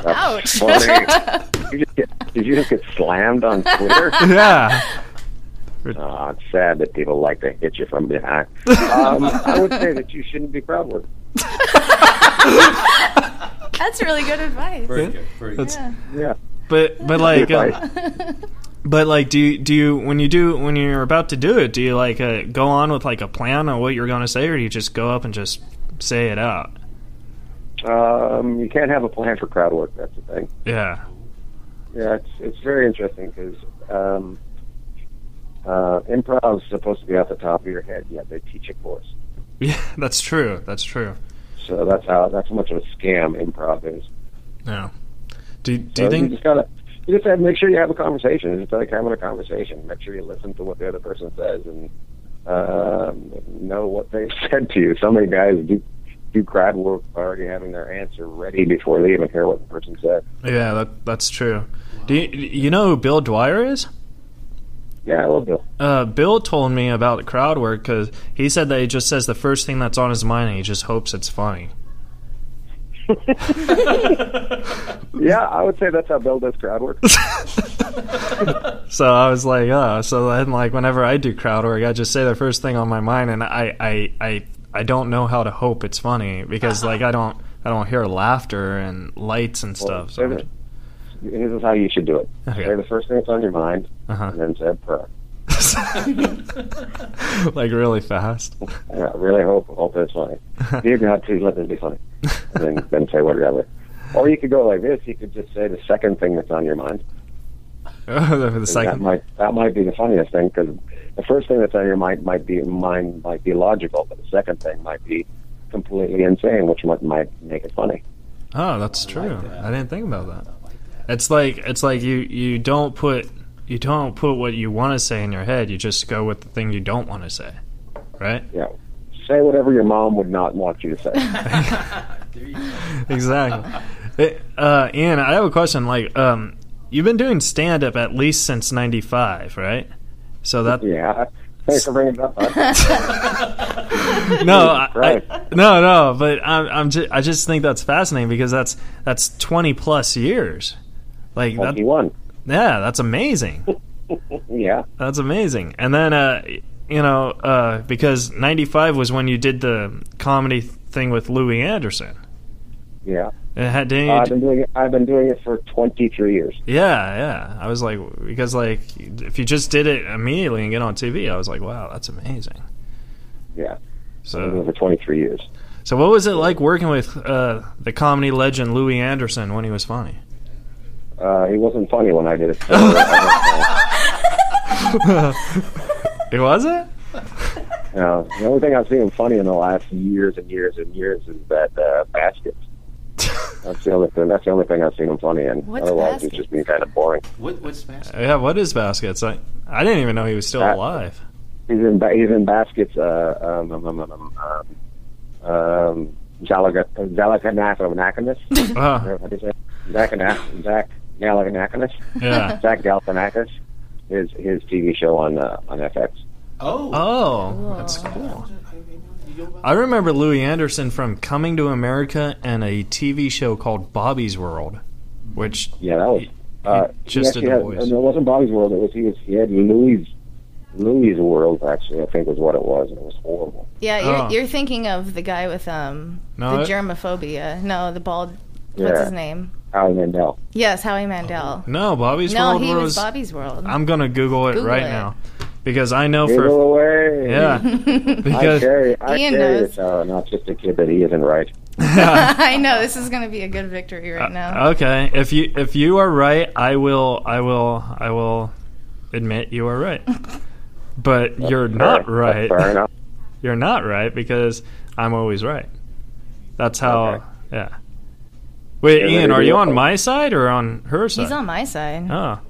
[SPEAKER 5] Ouch.
[SPEAKER 6] Funny. Did you just get, did you just get slammed on Twitter?
[SPEAKER 3] yeah.
[SPEAKER 6] Uh, it's sad that people like to hit you from behind. Um, I would say that you shouldn't be proud with. it.
[SPEAKER 5] That's really good advice.
[SPEAKER 4] Very good. Very good.
[SPEAKER 6] Yeah.
[SPEAKER 3] But but like uh,
[SPEAKER 6] Right.
[SPEAKER 3] but like do you, do you when you do when you're about to do it do you like uh, go on with like a plan on what you're going to say or do you just go up and just say it out?
[SPEAKER 6] Um, you can't have a plan for crowd work. That's the thing.
[SPEAKER 3] Yeah.
[SPEAKER 6] Yeah, it's it's very interesting because um, uh, improv is supposed to be off the top of your head. Yet they teach it for us.
[SPEAKER 3] Yeah, that's true. That's true.
[SPEAKER 6] So that's how that's how much of a scam improv is.
[SPEAKER 3] Yeah. Do do
[SPEAKER 6] So
[SPEAKER 3] you think
[SPEAKER 6] just gotta you just have to make sure you have a conversation. It's like having a conversation. Make sure you listen to what the other person says and um, know what they said to you. So many guys do do crowd work already having their answer ready before they even hear what the person said.
[SPEAKER 3] Yeah, that that's true. Do you, you know who Bill Dwyer is?
[SPEAKER 6] Yeah, a little bit.
[SPEAKER 3] Uh, Bill told me about crowd work because he said that he just says the first thing that's on his mind and he just hopes it's funny.
[SPEAKER 6] Yeah, I would say that's how Bill does crowd work.
[SPEAKER 3] So I was like, oh. So then, like, whenever I do crowd work, I just say the first thing on my mind, and I, I, I, I don't know how to hope it's funny because, like, I don't, I don't hear laughter and lights and stuff. So
[SPEAKER 6] Say the- this is how you should do it.
[SPEAKER 3] Okay. Uh-huh.
[SPEAKER 6] Say the first thing that's on your mind, and then say a prayer.
[SPEAKER 3] like really fast.
[SPEAKER 6] Yeah, I really hope hope it's funny. Dear God, please let this be funny. And then, then say whatever. Or you could go like this. You could just say the second thing that's on your mind.
[SPEAKER 3] the
[SPEAKER 6] And That
[SPEAKER 3] second.
[SPEAKER 6] might that might be the funniest thing because the first thing that's on your mind might be mind might be logical, but the second thing might be completely insane, which might, might make it funny.
[SPEAKER 3] Oh, that's true. I didn't think about that. It's like it's like you you don't put you don't put what you want to say in your head. You just go with the thing you don't want to say, right?
[SPEAKER 6] Yeah. Say whatever your mom would not want you to say.
[SPEAKER 3] exactly. It, uh, Ian, I have a question. Like, um, you've been doing stand up at least since '95, right? So that
[SPEAKER 6] yeah. Thanks for bringing it up. bud.
[SPEAKER 3] no, Oh, I,
[SPEAKER 6] Right.
[SPEAKER 3] I- no, no. But I'm, I'm just, I just think that's fascinating because that's that's 20 plus years. Like that,
[SPEAKER 6] Lucky one.
[SPEAKER 3] yeah, that's amazing.
[SPEAKER 6] Yeah.
[SPEAKER 3] That's amazing. And then, uh, you know, uh, because '95 was when you did the comedy thing with Louis Anderson.
[SPEAKER 6] Yeah.
[SPEAKER 3] It had, didn't you
[SPEAKER 6] I've
[SPEAKER 3] do-
[SPEAKER 6] been doing it. I've been doing it for 23 years.
[SPEAKER 3] Yeah, yeah. I was like, because like, if you just did it immediately and get on TV, I was like, wow, that's amazing.
[SPEAKER 6] Yeah. I've been doing
[SPEAKER 3] So,
[SPEAKER 6] it for 23 years.
[SPEAKER 3] so what was it like working with uh, the comedy legend Louis Anderson when he was funny?
[SPEAKER 6] Uh, he wasn't funny when I did it. So, uh,
[SPEAKER 3] It was it?
[SPEAKER 6] uh, the only thing I've seen him funny in the last years and years and years is that uh, baskets. That's the only thing. That's the only thing I've seen him funny in.
[SPEAKER 5] What's
[SPEAKER 6] Otherwise,
[SPEAKER 5] Baskets?
[SPEAKER 6] it's just been kind of boring.
[SPEAKER 4] What, what's fast?
[SPEAKER 3] Yeah. What is baskets? I I didn't even know he was still
[SPEAKER 6] Uh,
[SPEAKER 3] alive.
[SPEAKER 6] He's in. Ba- he's in baskets. Uh, um, um, um, um, um, um, um, Zalaga- Zalaganakis.
[SPEAKER 3] Oh,
[SPEAKER 6] What is it? Zach and Zach Galifianakis.
[SPEAKER 3] yeah.
[SPEAKER 6] Zach Galifianakis. His his TV show on uh, on FX.
[SPEAKER 4] Oh.
[SPEAKER 3] Oh, that's cool. I remember Louis Anderson from Coming to America and a TV show called Bobby's World, which
[SPEAKER 6] Yeah, that was. Uh, he
[SPEAKER 3] just
[SPEAKER 6] actually
[SPEAKER 3] did the
[SPEAKER 6] had,
[SPEAKER 3] voice.
[SPEAKER 6] and it wasn't Bobby's World. It was he was he had Louis Louis World actually. I think was what it was, and it was horrible.
[SPEAKER 5] Yeah, you're,
[SPEAKER 3] Oh.
[SPEAKER 5] you're thinking of the guy with um
[SPEAKER 3] No,
[SPEAKER 5] the
[SPEAKER 3] it-
[SPEAKER 5] germophobia. No, the bald. What's
[SPEAKER 6] Yeah.
[SPEAKER 5] his name?
[SPEAKER 6] Howie Mandel.
[SPEAKER 5] Yes, Howie Mandel.
[SPEAKER 3] no, Bobby's
[SPEAKER 5] No,
[SPEAKER 3] World
[SPEAKER 5] he was,
[SPEAKER 3] was
[SPEAKER 5] Bobby's World.
[SPEAKER 3] I'm gonna Google it
[SPEAKER 5] Google
[SPEAKER 3] right
[SPEAKER 5] it.
[SPEAKER 3] now because I know
[SPEAKER 6] Give it
[SPEAKER 3] for
[SPEAKER 6] away.
[SPEAKER 3] yeah
[SPEAKER 6] I
[SPEAKER 3] because
[SPEAKER 6] carry I
[SPEAKER 5] Ian
[SPEAKER 6] carry
[SPEAKER 5] knows.
[SPEAKER 6] this uh, not just a kid that he isn't right.
[SPEAKER 5] I know this is going to be a good victory right
[SPEAKER 3] Uh,
[SPEAKER 5] now.
[SPEAKER 3] okay if you if you are right I will I will I will admit you are right but you're not
[SPEAKER 6] Fair-
[SPEAKER 3] right
[SPEAKER 6] Fair enough.
[SPEAKER 3] you're not right because I'm always right that's how
[SPEAKER 6] Okay.
[SPEAKER 3] yeah wait
[SPEAKER 6] Yeah,
[SPEAKER 3] Ian
[SPEAKER 6] there
[SPEAKER 3] are
[SPEAKER 6] you
[SPEAKER 3] you
[SPEAKER 6] go.
[SPEAKER 3] on my side or on her side
[SPEAKER 5] He's on my side.
[SPEAKER 3] Oh.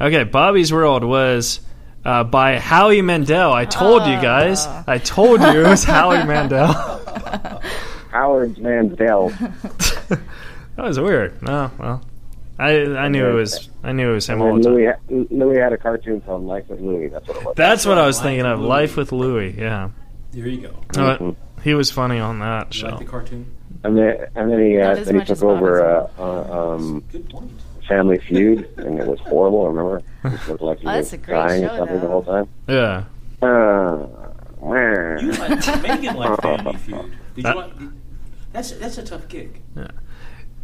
[SPEAKER 3] Okay, Bobby's World was uh, by Howie Mandel. I told
[SPEAKER 5] Ah.
[SPEAKER 3] you guys. I told you it was Howie Mandel.
[SPEAKER 6] Howard Mandel.
[SPEAKER 3] That was weird. Oh, well. I I knew it was I knew it was him all
[SPEAKER 6] And
[SPEAKER 3] the time.
[SPEAKER 6] Louis Louis had a cartoon called Life with Louis. That's what it was.
[SPEAKER 3] That's what I was
[SPEAKER 4] Life
[SPEAKER 3] thinking of.
[SPEAKER 4] with
[SPEAKER 3] Life with Louie, yeah.
[SPEAKER 4] There you go.
[SPEAKER 3] Uh,
[SPEAKER 6] Mm-hmm.
[SPEAKER 3] He was funny on that
[SPEAKER 4] You like
[SPEAKER 3] show.
[SPEAKER 4] the cartoon?
[SPEAKER 6] And then, and then he, uh,
[SPEAKER 5] Not as
[SPEAKER 6] then he
[SPEAKER 5] much
[SPEAKER 6] took
[SPEAKER 5] as Bob
[SPEAKER 6] over
[SPEAKER 5] is.
[SPEAKER 6] uh, uh, um,
[SPEAKER 4] Good point.
[SPEAKER 6] Family Feud, and it was horrible. I remember it just looked like he
[SPEAKER 5] Oh,
[SPEAKER 6] was
[SPEAKER 5] that's a great
[SPEAKER 6] dying
[SPEAKER 5] show,
[SPEAKER 6] or something the
[SPEAKER 5] though.
[SPEAKER 6] whole time.
[SPEAKER 3] Yeah.
[SPEAKER 6] Uh,
[SPEAKER 4] You
[SPEAKER 6] man.
[SPEAKER 4] like Megan like Family Feud. Did you like? That's that's a tough gig.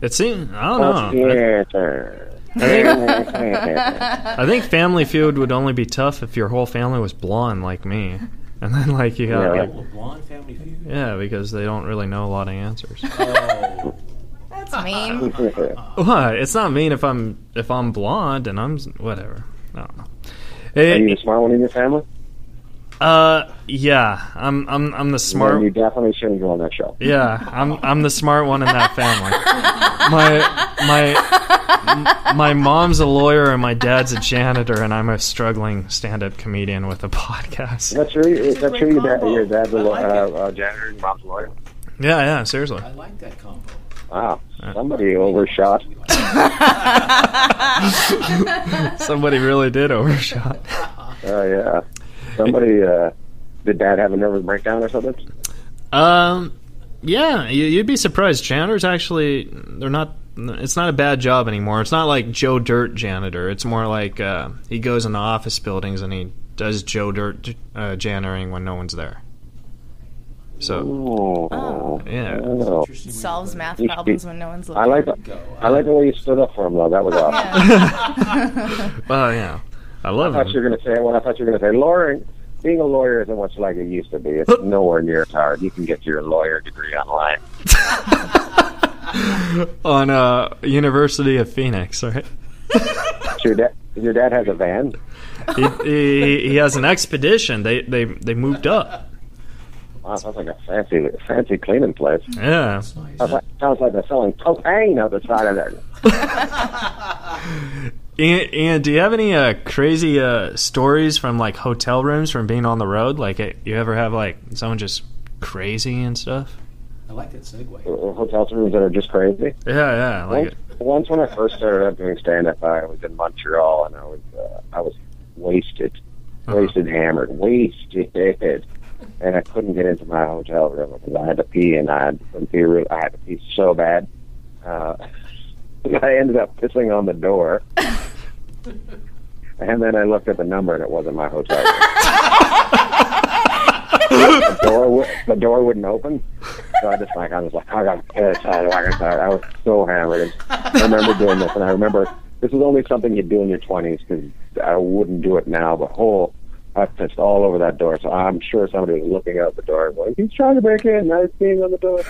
[SPEAKER 3] It seems. I
[SPEAKER 6] Oh,
[SPEAKER 3] don't know. I-
[SPEAKER 6] Yeah, sir. Yeah.
[SPEAKER 3] I, think Family Feud would only be tough if your whole family was blonde like me, and then like you got
[SPEAKER 6] Yeah.
[SPEAKER 3] like
[SPEAKER 4] Oh, a blonde Family Feud.
[SPEAKER 3] yeah because they don't really know a lot of answers.
[SPEAKER 4] Oh,
[SPEAKER 5] That's mean.
[SPEAKER 3] What? It's not mean if I'm if I'm blonde and I'm s- whatever. I don't know.
[SPEAKER 6] Are you
[SPEAKER 3] It-
[SPEAKER 6] the smart one in your family?
[SPEAKER 3] uh, yeah, I'm I'm I'm the
[SPEAKER 6] Then you
[SPEAKER 3] smart.
[SPEAKER 6] definitely shouldn't go on that show.
[SPEAKER 3] Yeah, I'm I'm the smart one in that family. My my m- my mom's a lawyer and my dad's a janitor and I'm a struggling stand-up comedian with a podcast.
[SPEAKER 6] That's true. Is that true? Your dad, your dad's a
[SPEAKER 4] I
[SPEAKER 6] lo-
[SPEAKER 4] like
[SPEAKER 6] uh,
[SPEAKER 4] it.
[SPEAKER 6] uh, janitor, your mom's a lawyer.
[SPEAKER 3] Yeah, yeah, seriously.
[SPEAKER 4] I like that combo.
[SPEAKER 6] Wow, somebody overshot.
[SPEAKER 3] Somebody really did overshot.
[SPEAKER 6] Oh yeah, somebody. Uh, did dad have a nervous breakdown or something?
[SPEAKER 3] Um, yeah, you, you'd be surprised. Janitors actually, they're not. It's not a bad job anymore. It's not like Joe Dirt janitor. It's more like uh, he goes into office buildings and he does Joe Dirt uh, janitoring when no one's there. So
[SPEAKER 6] Oh,
[SPEAKER 3] yeah,
[SPEAKER 6] Oh.
[SPEAKER 4] Interesting way to
[SPEAKER 5] Solves
[SPEAKER 4] put it.
[SPEAKER 5] math problems when no one's looking.
[SPEAKER 6] I like the,
[SPEAKER 4] Go.
[SPEAKER 6] I like the way you stood up for him though. That was awesome.
[SPEAKER 3] well, Oh, yeah, I love
[SPEAKER 6] I thought you
[SPEAKER 3] him.
[SPEAKER 6] were going to say what I thought you were going to say. Lawyering, being a lawyer isn't much like it used to be. It's nowhere near as hard. You can get your lawyer degree online.
[SPEAKER 3] on uh, University of Phoenix, right?
[SPEAKER 6] So Your dad, your dad has a van.
[SPEAKER 3] He, he, he has an expedition. They they they moved up.
[SPEAKER 6] Wow, sounds like a fancy, fancy cleaning place.
[SPEAKER 3] Yeah.
[SPEAKER 6] Sounds like, sounds like they're selling cocaine out the side of there.
[SPEAKER 3] And, and do you have any uh, crazy uh, stories from like hotel rooms from being on the road? Like, eh, you ever have like someone just crazy and stuff?
[SPEAKER 4] I like that segue.
[SPEAKER 6] uh, Hotel rooms that are just crazy.
[SPEAKER 3] Yeah, yeah. Like,
[SPEAKER 6] Once, once when I first started out doing stand up, I was in Montreal and I was uh, I was wasted, wasted, hammered, wasted, and I couldn't get into my hotel room because I had to pee and I had to pee. Really, I had to pee so bad. Uh, I ended up pissing on the door, and then I looked at the number and it wasn't my hotel room. the door w- the door wouldn't open. So I just like I was like I got pissed. I was like I was so hammered. And I remember doing this, and I remember this is only something you do in your twenties because I wouldn't do it now. But whole I pissed all over that door, so I'm sure somebody was looking out the door and going, "He's trying to break in." I was peeing on the door.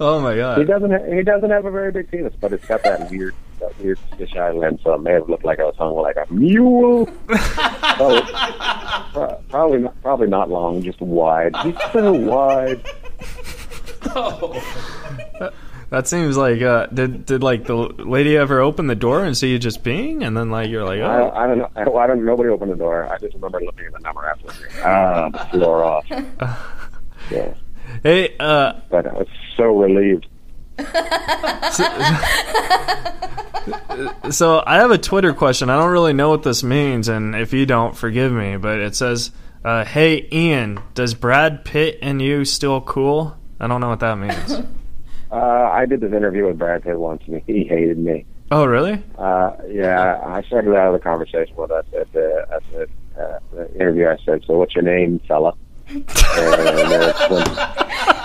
[SPEAKER 3] oh my
[SPEAKER 6] He
[SPEAKER 3] god.
[SPEAKER 6] doesn't. Ha- he doesn't have a very big penis, but it's got that weird, that weird fisheye lens, so it may have looked like I was hung like a mule. probably, pro- probably, not, probably not long, just wide. He's so wide.
[SPEAKER 3] That seems like uh, did did like the lady ever open the door and see you just peeing, and then like you're like, oh,
[SPEAKER 6] I, don't- I don't know. I, well, I don't. Nobody opened the door. I just remember looking at the number afterwards. Ah, the floor off. Yeah,
[SPEAKER 3] hey, uh,
[SPEAKER 6] but I was so relieved.
[SPEAKER 3] So I have a Twitter question. I don't really know what this means, and if you don't, forgive me. But it says, uh, "Hey Ian, does Brad Pitt and you still cool?" I don't know what that means.
[SPEAKER 6] Uh, I did this interview with Brad Pitt once, and he hated me.
[SPEAKER 3] oh, really?
[SPEAKER 6] Uh, yeah, I started out of the conversation with us at the, at the, uh, the interview. I said, "So what's your name, fella?" and, uh, it went,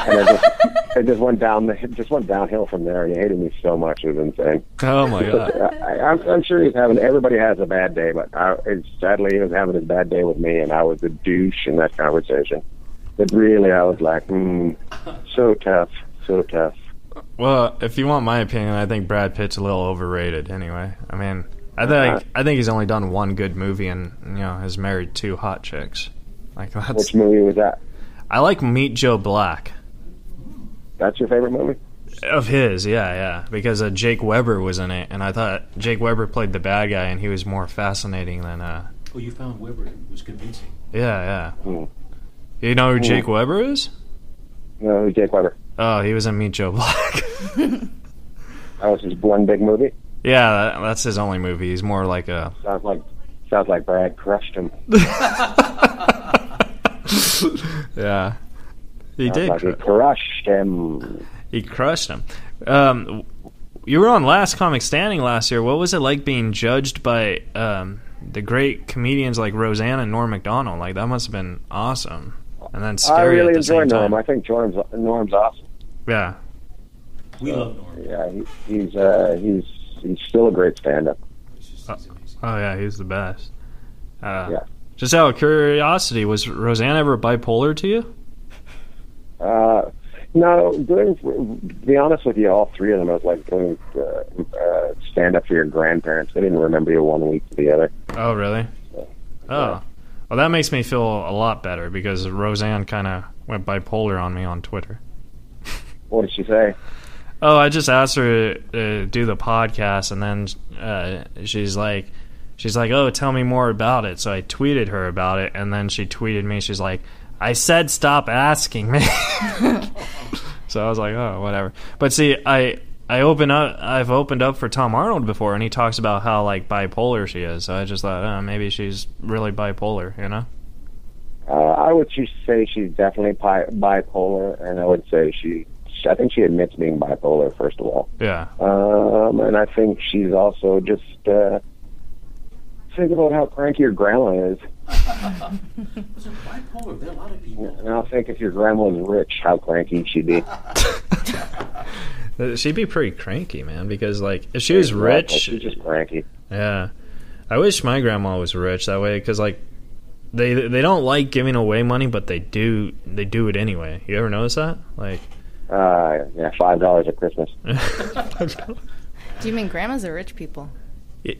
[SPEAKER 6] and it just it just went down the it just went downhill from there. He hated me so much; it was insane.
[SPEAKER 3] Oh my god.
[SPEAKER 6] I, I'm, I'm sure he's having. Everybody has a bad day, but I, it's, sadly, he was having his bad day with me, and I was the douche in that conversation. But really, I was like, mm, so tough, so tough.
[SPEAKER 3] Well, if you want my opinion, I think Brad Pitt's a little overrated. Anyway, I mean, I think I think he's only done one good movie, and you know, has married two hot chicks. Like that's.
[SPEAKER 6] Which movie was that?
[SPEAKER 3] I like Meet Joe Black.
[SPEAKER 6] That's your favorite movie?
[SPEAKER 3] Of his, yeah, yeah, because uh, Jake Weber was in it, and I thought Jake Weber played the bad guy, and he was more fascinating than, uh,
[SPEAKER 4] Well, you found Weber was convincing.
[SPEAKER 3] yeah, yeah.
[SPEAKER 6] Mm.
[SPEAKER 3] You know who Jake Weber is?
[SPEAKER 6] No, Jake Weber.
[SPEAKER 3] Oh, he was in Meet Joe Black.
[SPEAKER 6] That was just one big movie.
[SPEAKER 3] yeah, that, that's his only movie. He's more like a.
[SPEAKER 6] Sounds like sounds like Brad crushed him.
[SPEAKER 3] yeah, he
[SPEAKER 6] Sounds
[SPEAKER 3] did.
[SPEAKER 6] like he
[SPEAKER 3] Cr-
[SPEAKER 6] crushed him.
[SPEAKER 3] he crushed him. Um, you were on Last Comic Standing last year. What was it like being judged by um, the great comedians like Roseanne and Norm Macdonald? Like that must have been awesome, and then
[SPEAKER 6] I
[SPEAKER 3] scary
[SPEAKER 6] really
[SPEAKER 3] at the
[SPEAKER 6] enjoy
[SPEAKER 3] same
[SPEAKER 6] Norm.
[SPEAKER 3] time.
[SPEAKER 6] I think Norm's Norm's awesome.
[SPEAKER 3] Yeah,
[SPEAKER 4] We love Norm.
[SPEAKER 6] Yeah, he, he's uh, he's he's still a great stand-up.
[SPEAKER 4] He's just, he's amazing.
[SPEAKER 3] Oh yeah, he's the best. Uh,
[SPEAKER 6] Yeah.
[SPEAKER 3] Just out of curiosity, was Roseanne ever bipolar to you?
[SPEAKER 6] Uh, no, doing to be honest with you, all three of them. I was like doing uh, uh, stand up for your grandparents. They didn't remember you one week to the other.
[SPEAKER 3] Oh really? Oh, well that makes me feel a lot better because Roseanne kind of went bipolar on me on Twitter.
[SPEAKER 6] What did she say?
[SPEAKER 3] Oh, I just asked her to uh, do the podcast, and then uh, she's like, she's like, oh, tell me more about it. So I tweeted her about it, and then she tweeted me. She's like, I said stop asking me. so I was like, oh, whatever. But see, I I open up, I've opened up for Tom Arnold before, and he talks about how like bipolar she is. So I just thought, oh, maybe she's really bipolar, you know?
[SPEAKER 6] Uh, I would just say she's definitely pi- bipolar, and I would say she. I think she admits being bipolar first of all,
[SPEAKER 3] Yeah,
[SPEAKER 6] um, and I think she's also just uh, think about how cranky your grandma is,
[SPEAKER 4] Was it bipolar? There are a lot of people.
[SPEAKER 6] and I'll think if your grandma was rich, how cranky she'd be.
[SPEAKER 3] she'd be pretty cranky, man, because like if she was rich,
[SPEAKER 6] she's just cranky.
[SPEAKER 3] Yeah, I wish my grandma was rich that way because like they they don't like giving away money, but they do they do it anyway. You ever notice that? Like,
[SPEAKER 6] Uh, yeah, five dollars at Christmas.
[SPEAKER 5] Do you mean grandmas or rich people?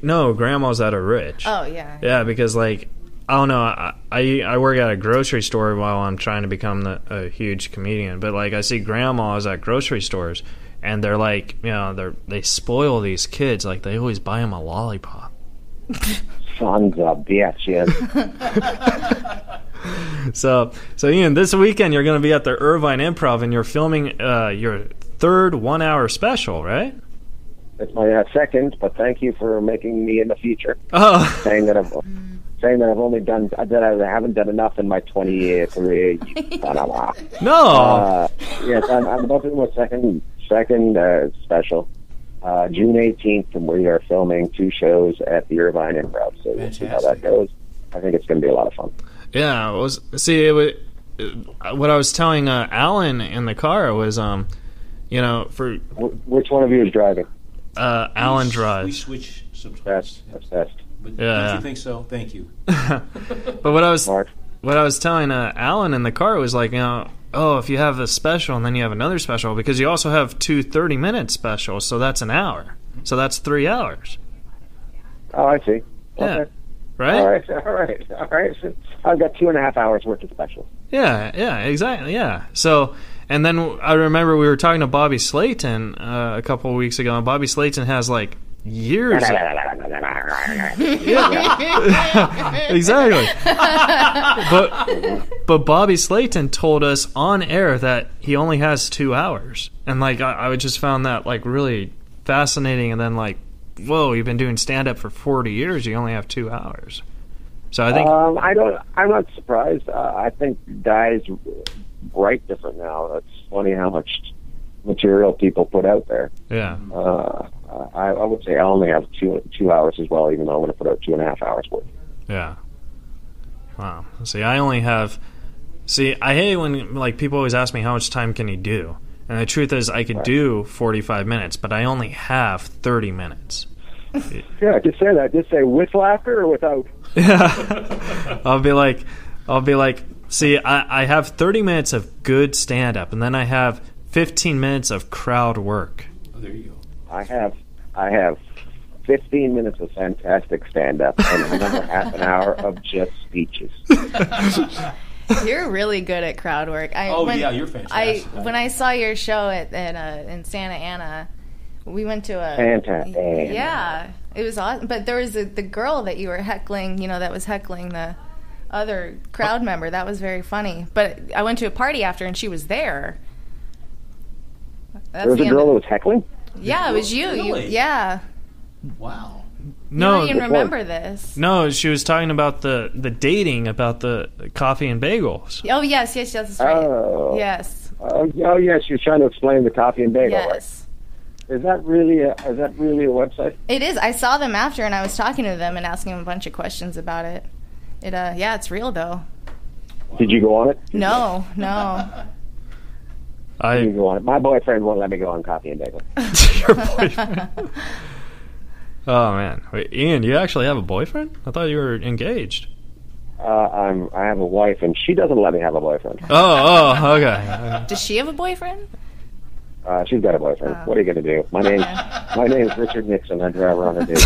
[SPEAKER 3] no, grandmas that are rich.
[SPEAKER 5] Oh yeah.
[SPEAKER 3] Yeah, because like I don't know, I, I I work at a grocery store while I'm trying to become the, a huge comedian, but like I see grandmas at grocery stores, and they're like, you know, they are they spoil these kids. Like they always buy them a lollipop.
[SPEAKER 6] Sons of bitches.
[SPEAKER 3] So, so Ian, this weekend you're going to be at the Irvine Improv and you're filming uh, your third one-hour special, right?
[SPEAKER 6] It's my uh, second, but thank you for making me in the future.
[SPEAKER 3] Oh,
[SPEAKER 6] Saying that I've saying that I've only done uh, that I haven't done enough in my twenty year career. you son of a-
[SPEAKER 3] no!
[SPEAKER 6] uh, yes, I'm, I'm about to do my second second uh, special. Uh, June 18th, and we are filming two shows at the Irvine Improv, so we'll see how that
[SPEAKER 4] Fantastic.
[SPEAKER 6] goes. I think it's going to be a lot of fun.
[SPEAKER 3] yeah, it was see, it was, uh, what I was telling uh, Alan in the car was, um, you know, for
[SPEAKER 6] Wh- which one of you is driving?
[SPEAKER 3] uh, Alan
[SPEAKER 4] We- We
[SPEAKER 3] drives.
[SPEAKER 4] switch sometimes.
[SPEAKER 6] That's obsessed.
[SPEAKER 4] But
[SPEAKER 3] Yeah,
[SPEAKER 4] don't
[SPEAKER 3] yeah.
[SPEAKER 4] you think so? Thank you.
[SPEAKER 3] But what I was
[SPEAKER 6] Mark.
[SPEAKER 3] what I was telling uh, Alan in the car was like, you know, oh, if you have a special and then you have another special because you also have two 30-minute specials, so that's an hour. So that's 3 hours.
[SPEAKER 6] Oh, I see.
[SPEAKER 3] Yeah.
[SPEAKER 6] Okay.
[SPEAKER 3] Right?
[SPEAKER 6] All right, all right, all right. So I've got two and a half hours worth of specials.
[SPEAKER 3] Yeah, yeah, exactly. Yeah. So, and then I remember we were talking to Bobby Slayton uh, a couple of weeks ago, and Bobby Slayton has like years. of- exactly. but but Bobby Slayton told us on air that he only has two hours, and like I, I just found that like really fascinating. And then like, whoa, you've been doing stand up for forty years, you only have two hours. So I think
[SPEAKER 6] Um, I don't. I'm not surprised. Uh, I think guys write different now. It's funny how much material people put out there.
[SPEAKER 3] yeah.
[SPEAKER 6] Uh, I, I would say I only have two two hours as well, even though I'm going to put out two and a half hours worth.
[SPEAKER 3] Yeah. Wow. See, I only have. See, I hate when like people always ask me how much time can you do, and the truth is I could do forty-five minutes, but I only have thirty minutes.
[SPEAKER 6] Yeah, just say that. Just say with laughter or without.
[SPEAKER 3] I'll be like, I'll be like, see, I, I have thirty minutes of good stand-up, and then I have fifteen minutes of crowd work.
[SPEAKER 4] Oh, there you go.
[SPEAKER 6] I have I have 15 minutes of fantastic stand up and another half an hour of just speeches.
[SPEAKER 5] You're really good at crowd work. I,
[SPEAKER 4] Oh,
[SPEAKER 5] when,
[SPEAKER 4] yeah, you're fantastic.
[SPEAKER 5] I when I saw your show at, at uh, in Santa Ana, we went to a
[SPEAKER 6] Fantastic.
[SPEAKER 5] yeah, it was awesome. But there was a, the girl that you were heckling, you know, that was heckling the other crowd member. That was very funny. But I went to a party after, and she was there. That's
[SPEAKER 6] There was
[SPEAKER 5] the
[SPEAKER 6] a
[SPEAKER 5] end
[SPEAKER 6] girl that
[SPEAKER 5] of-
[SPEAKER 6] was heckling.
[SPEAKER 5] yeah, it was you. you
[SPEAKER 4] Really?
[SPEAKER 5] yeah,
[SPEAKER 4] Wow.
[SPEAKER 5] I
[SPEAKER 3] No,
[SPEAKER 5] don't even remember this.
[SPEAKER 3] no, she was talking about the the dating about the coffee and bagels.
[SPEAKER 5] Oh yes, yes, yes, that's right.
[SPEAKER 6] Oh.
[SPEAKER 5] Yes,
[SPEAKER 6] Oh, oh yeah, she was trying to explain the coffee and bagel.
[SPEAKER 5] yes.
[SPEAKER 6] Is that really a, is that really a website?
[SPEAKER 5] It is. I saw them after, and I was talking to them and asking them a bunch of questions about it. It, uh, yeah, it's real though.
[SPEAKER 6] Did you go on it?
[SPEAKER 5] No, no.
[SPEAKER 6] Did
[SPEAKER 3] I
[SPEAKER 6] you go on it? My boyfriend won't let me go on Coffee and Bagel.
[SPEAKER 3] your boyfriend. oh man, wait, Ian, you actually have a boyfriend? I thought you were engaged.
[SPEAKER 6] Uh, I'm I have a wife and she doesn't let me have a boyfriend.
[SPEAKER 3] Oh, oh, okay.
[SPEAKER 5] Does she have a boyfriend?
[SPEAKER 6] Uh, she's got a boyfriend.
[SPEAKER 5] Oh.
[SPEAKER 6] What are you gonna do? My name my name's Richard Nixon. I drive around a date.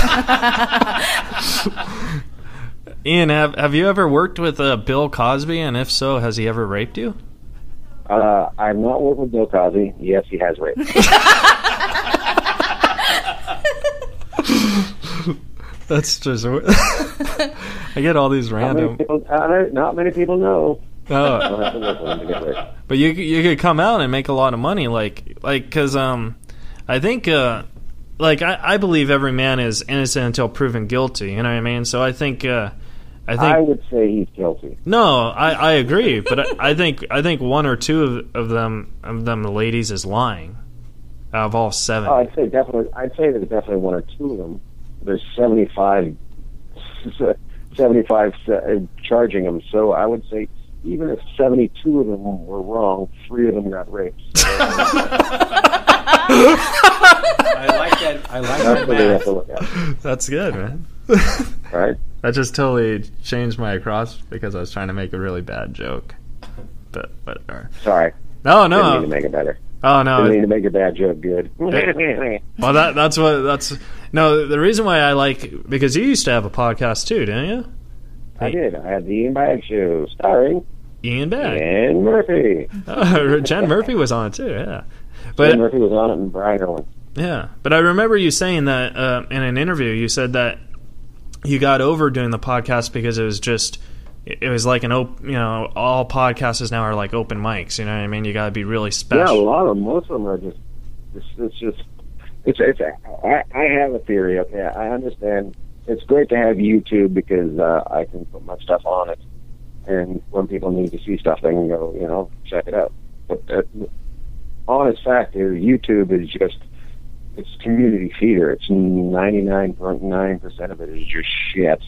[SPEAKER 3] Ian, have have you ever worked with uh, Bill Cosby? And if so, has he ever raped you?
[SPEAKER 6] Uh, I've not worked with Bill Cosby. Yes, he has raped. me.
[SPEAKER 3] That's just. I get all these
[SPEAKER 6] Not many
[SPEAKER 3] random.
[SPEAKER 6] people, uh, no- not many people know.
[SPEAKER 3] Oh,
[SPEAKER 6] I don't have to work with him to get raped.
[SPEAKER 3] but you you could come out and make a lot of money, like like because um, I think uh, like I, I believe every man is innocent until proven guilty. You know what I mean? So I think uh, I think
[SPEAKER 6] I would say he's guilty.
[SPEAKER 3] No, I, I agree, but I, I think I think one or two of, of them of them ladies is lying. Out of all seven,
[SPEAKER 6] Oh, I'd say definitely. I'd say there's definitely one or two of them. There's 75, 75 uh, charging them. So I would say even if 72 of them were wrong, three of them got raped.
[SPEAKER 4] I like that. I like
[SPEAKER 6] That's
[SPEAKER 4] that
[SPEAKER 6] what they have
[SPEAKER 4] math.
[SPEAKER 6] to look at,
[SPEAKER 3] that's good, man.
[SPEAKER 6] right?
[SPEAKER 3] That just totally changed my across because I was trying to make a really bad joke. But whatever.
[SPEAKER 6] Sorry,
[SPEAKER 3] No,
[SPEAKER 6] didn't mean to
[SPEAKER 3] no.
[SPEAKER 6] make it better.
[SPEAKER 3] Oh
[SPEAKER 6] Didn't mean
[SPEAKER 3] no.
[SPEAKER 6] to make a bad joke good.
[SPEAKER 3] Well, that that's what that's. No, the reason why I like because you used to have a podcast too, didn't you?
[SPEAKER 6] I did. I had the Ian Bag Show starring
[SPEAKER 3] Ian Beck, Oh,
[SPEAKER 6] Ian Murphy.
[SPEAKER 3] Jen Murphy was on it too. Yeah, but
[SPEAKER 6] Ian Murphy was on it, and Brian Irwin.
[SPEAKER 3] Yeah, but I remember you saying that uh, in an interview. You said that you got over doing the podcast because it was just it was like an open. You know, all podcasts now are like open mics. You know what I mean? You got to be really
[SPEAKER 6] Yeah, a
[SPEAKER 3] special.
[SPEAKER 6] lot of them. Most of them are just. It's, it's just. It's. It's. I, I have a theory. Okay, I understand. It's great to have YouTube because uh, I can put my stuff on it, and when people need to see stuff, they can go, you know, check it out. But uh, honest fact is, YouTube is just. It's community theater. It's ninety nine point nine percent of it is just shit,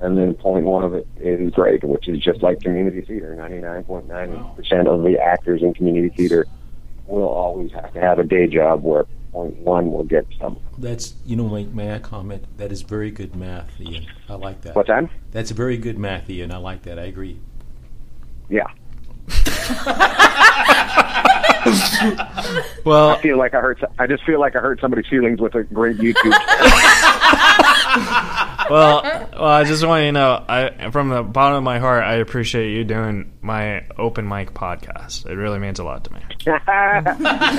[SPEAKER 6] and then point one of it is great, which is just like community theater. Ninety nine point nine percent of the actors in community theater will always have to have a day job where point one will get some.
[SPEAKER 4] That's you know, may, may I comment? That is very good math, Ian. I like that.
[SPEAKER 6] What time?
[SPEAKER 4] That's very good math, Ian. I like that. I agree.
[SPEAKER 6] Yeah.
[SPEAKER 3] Well,
[SPEAKER 6] Feel like I hurt. I just feel like I hurt somebody's feelings with a great YouTube.
[SPEAKER 3] well, well. I just want you to know, I from the bottom of my heart, I appreciate you doing my open mic podcast. It really means a lot to me.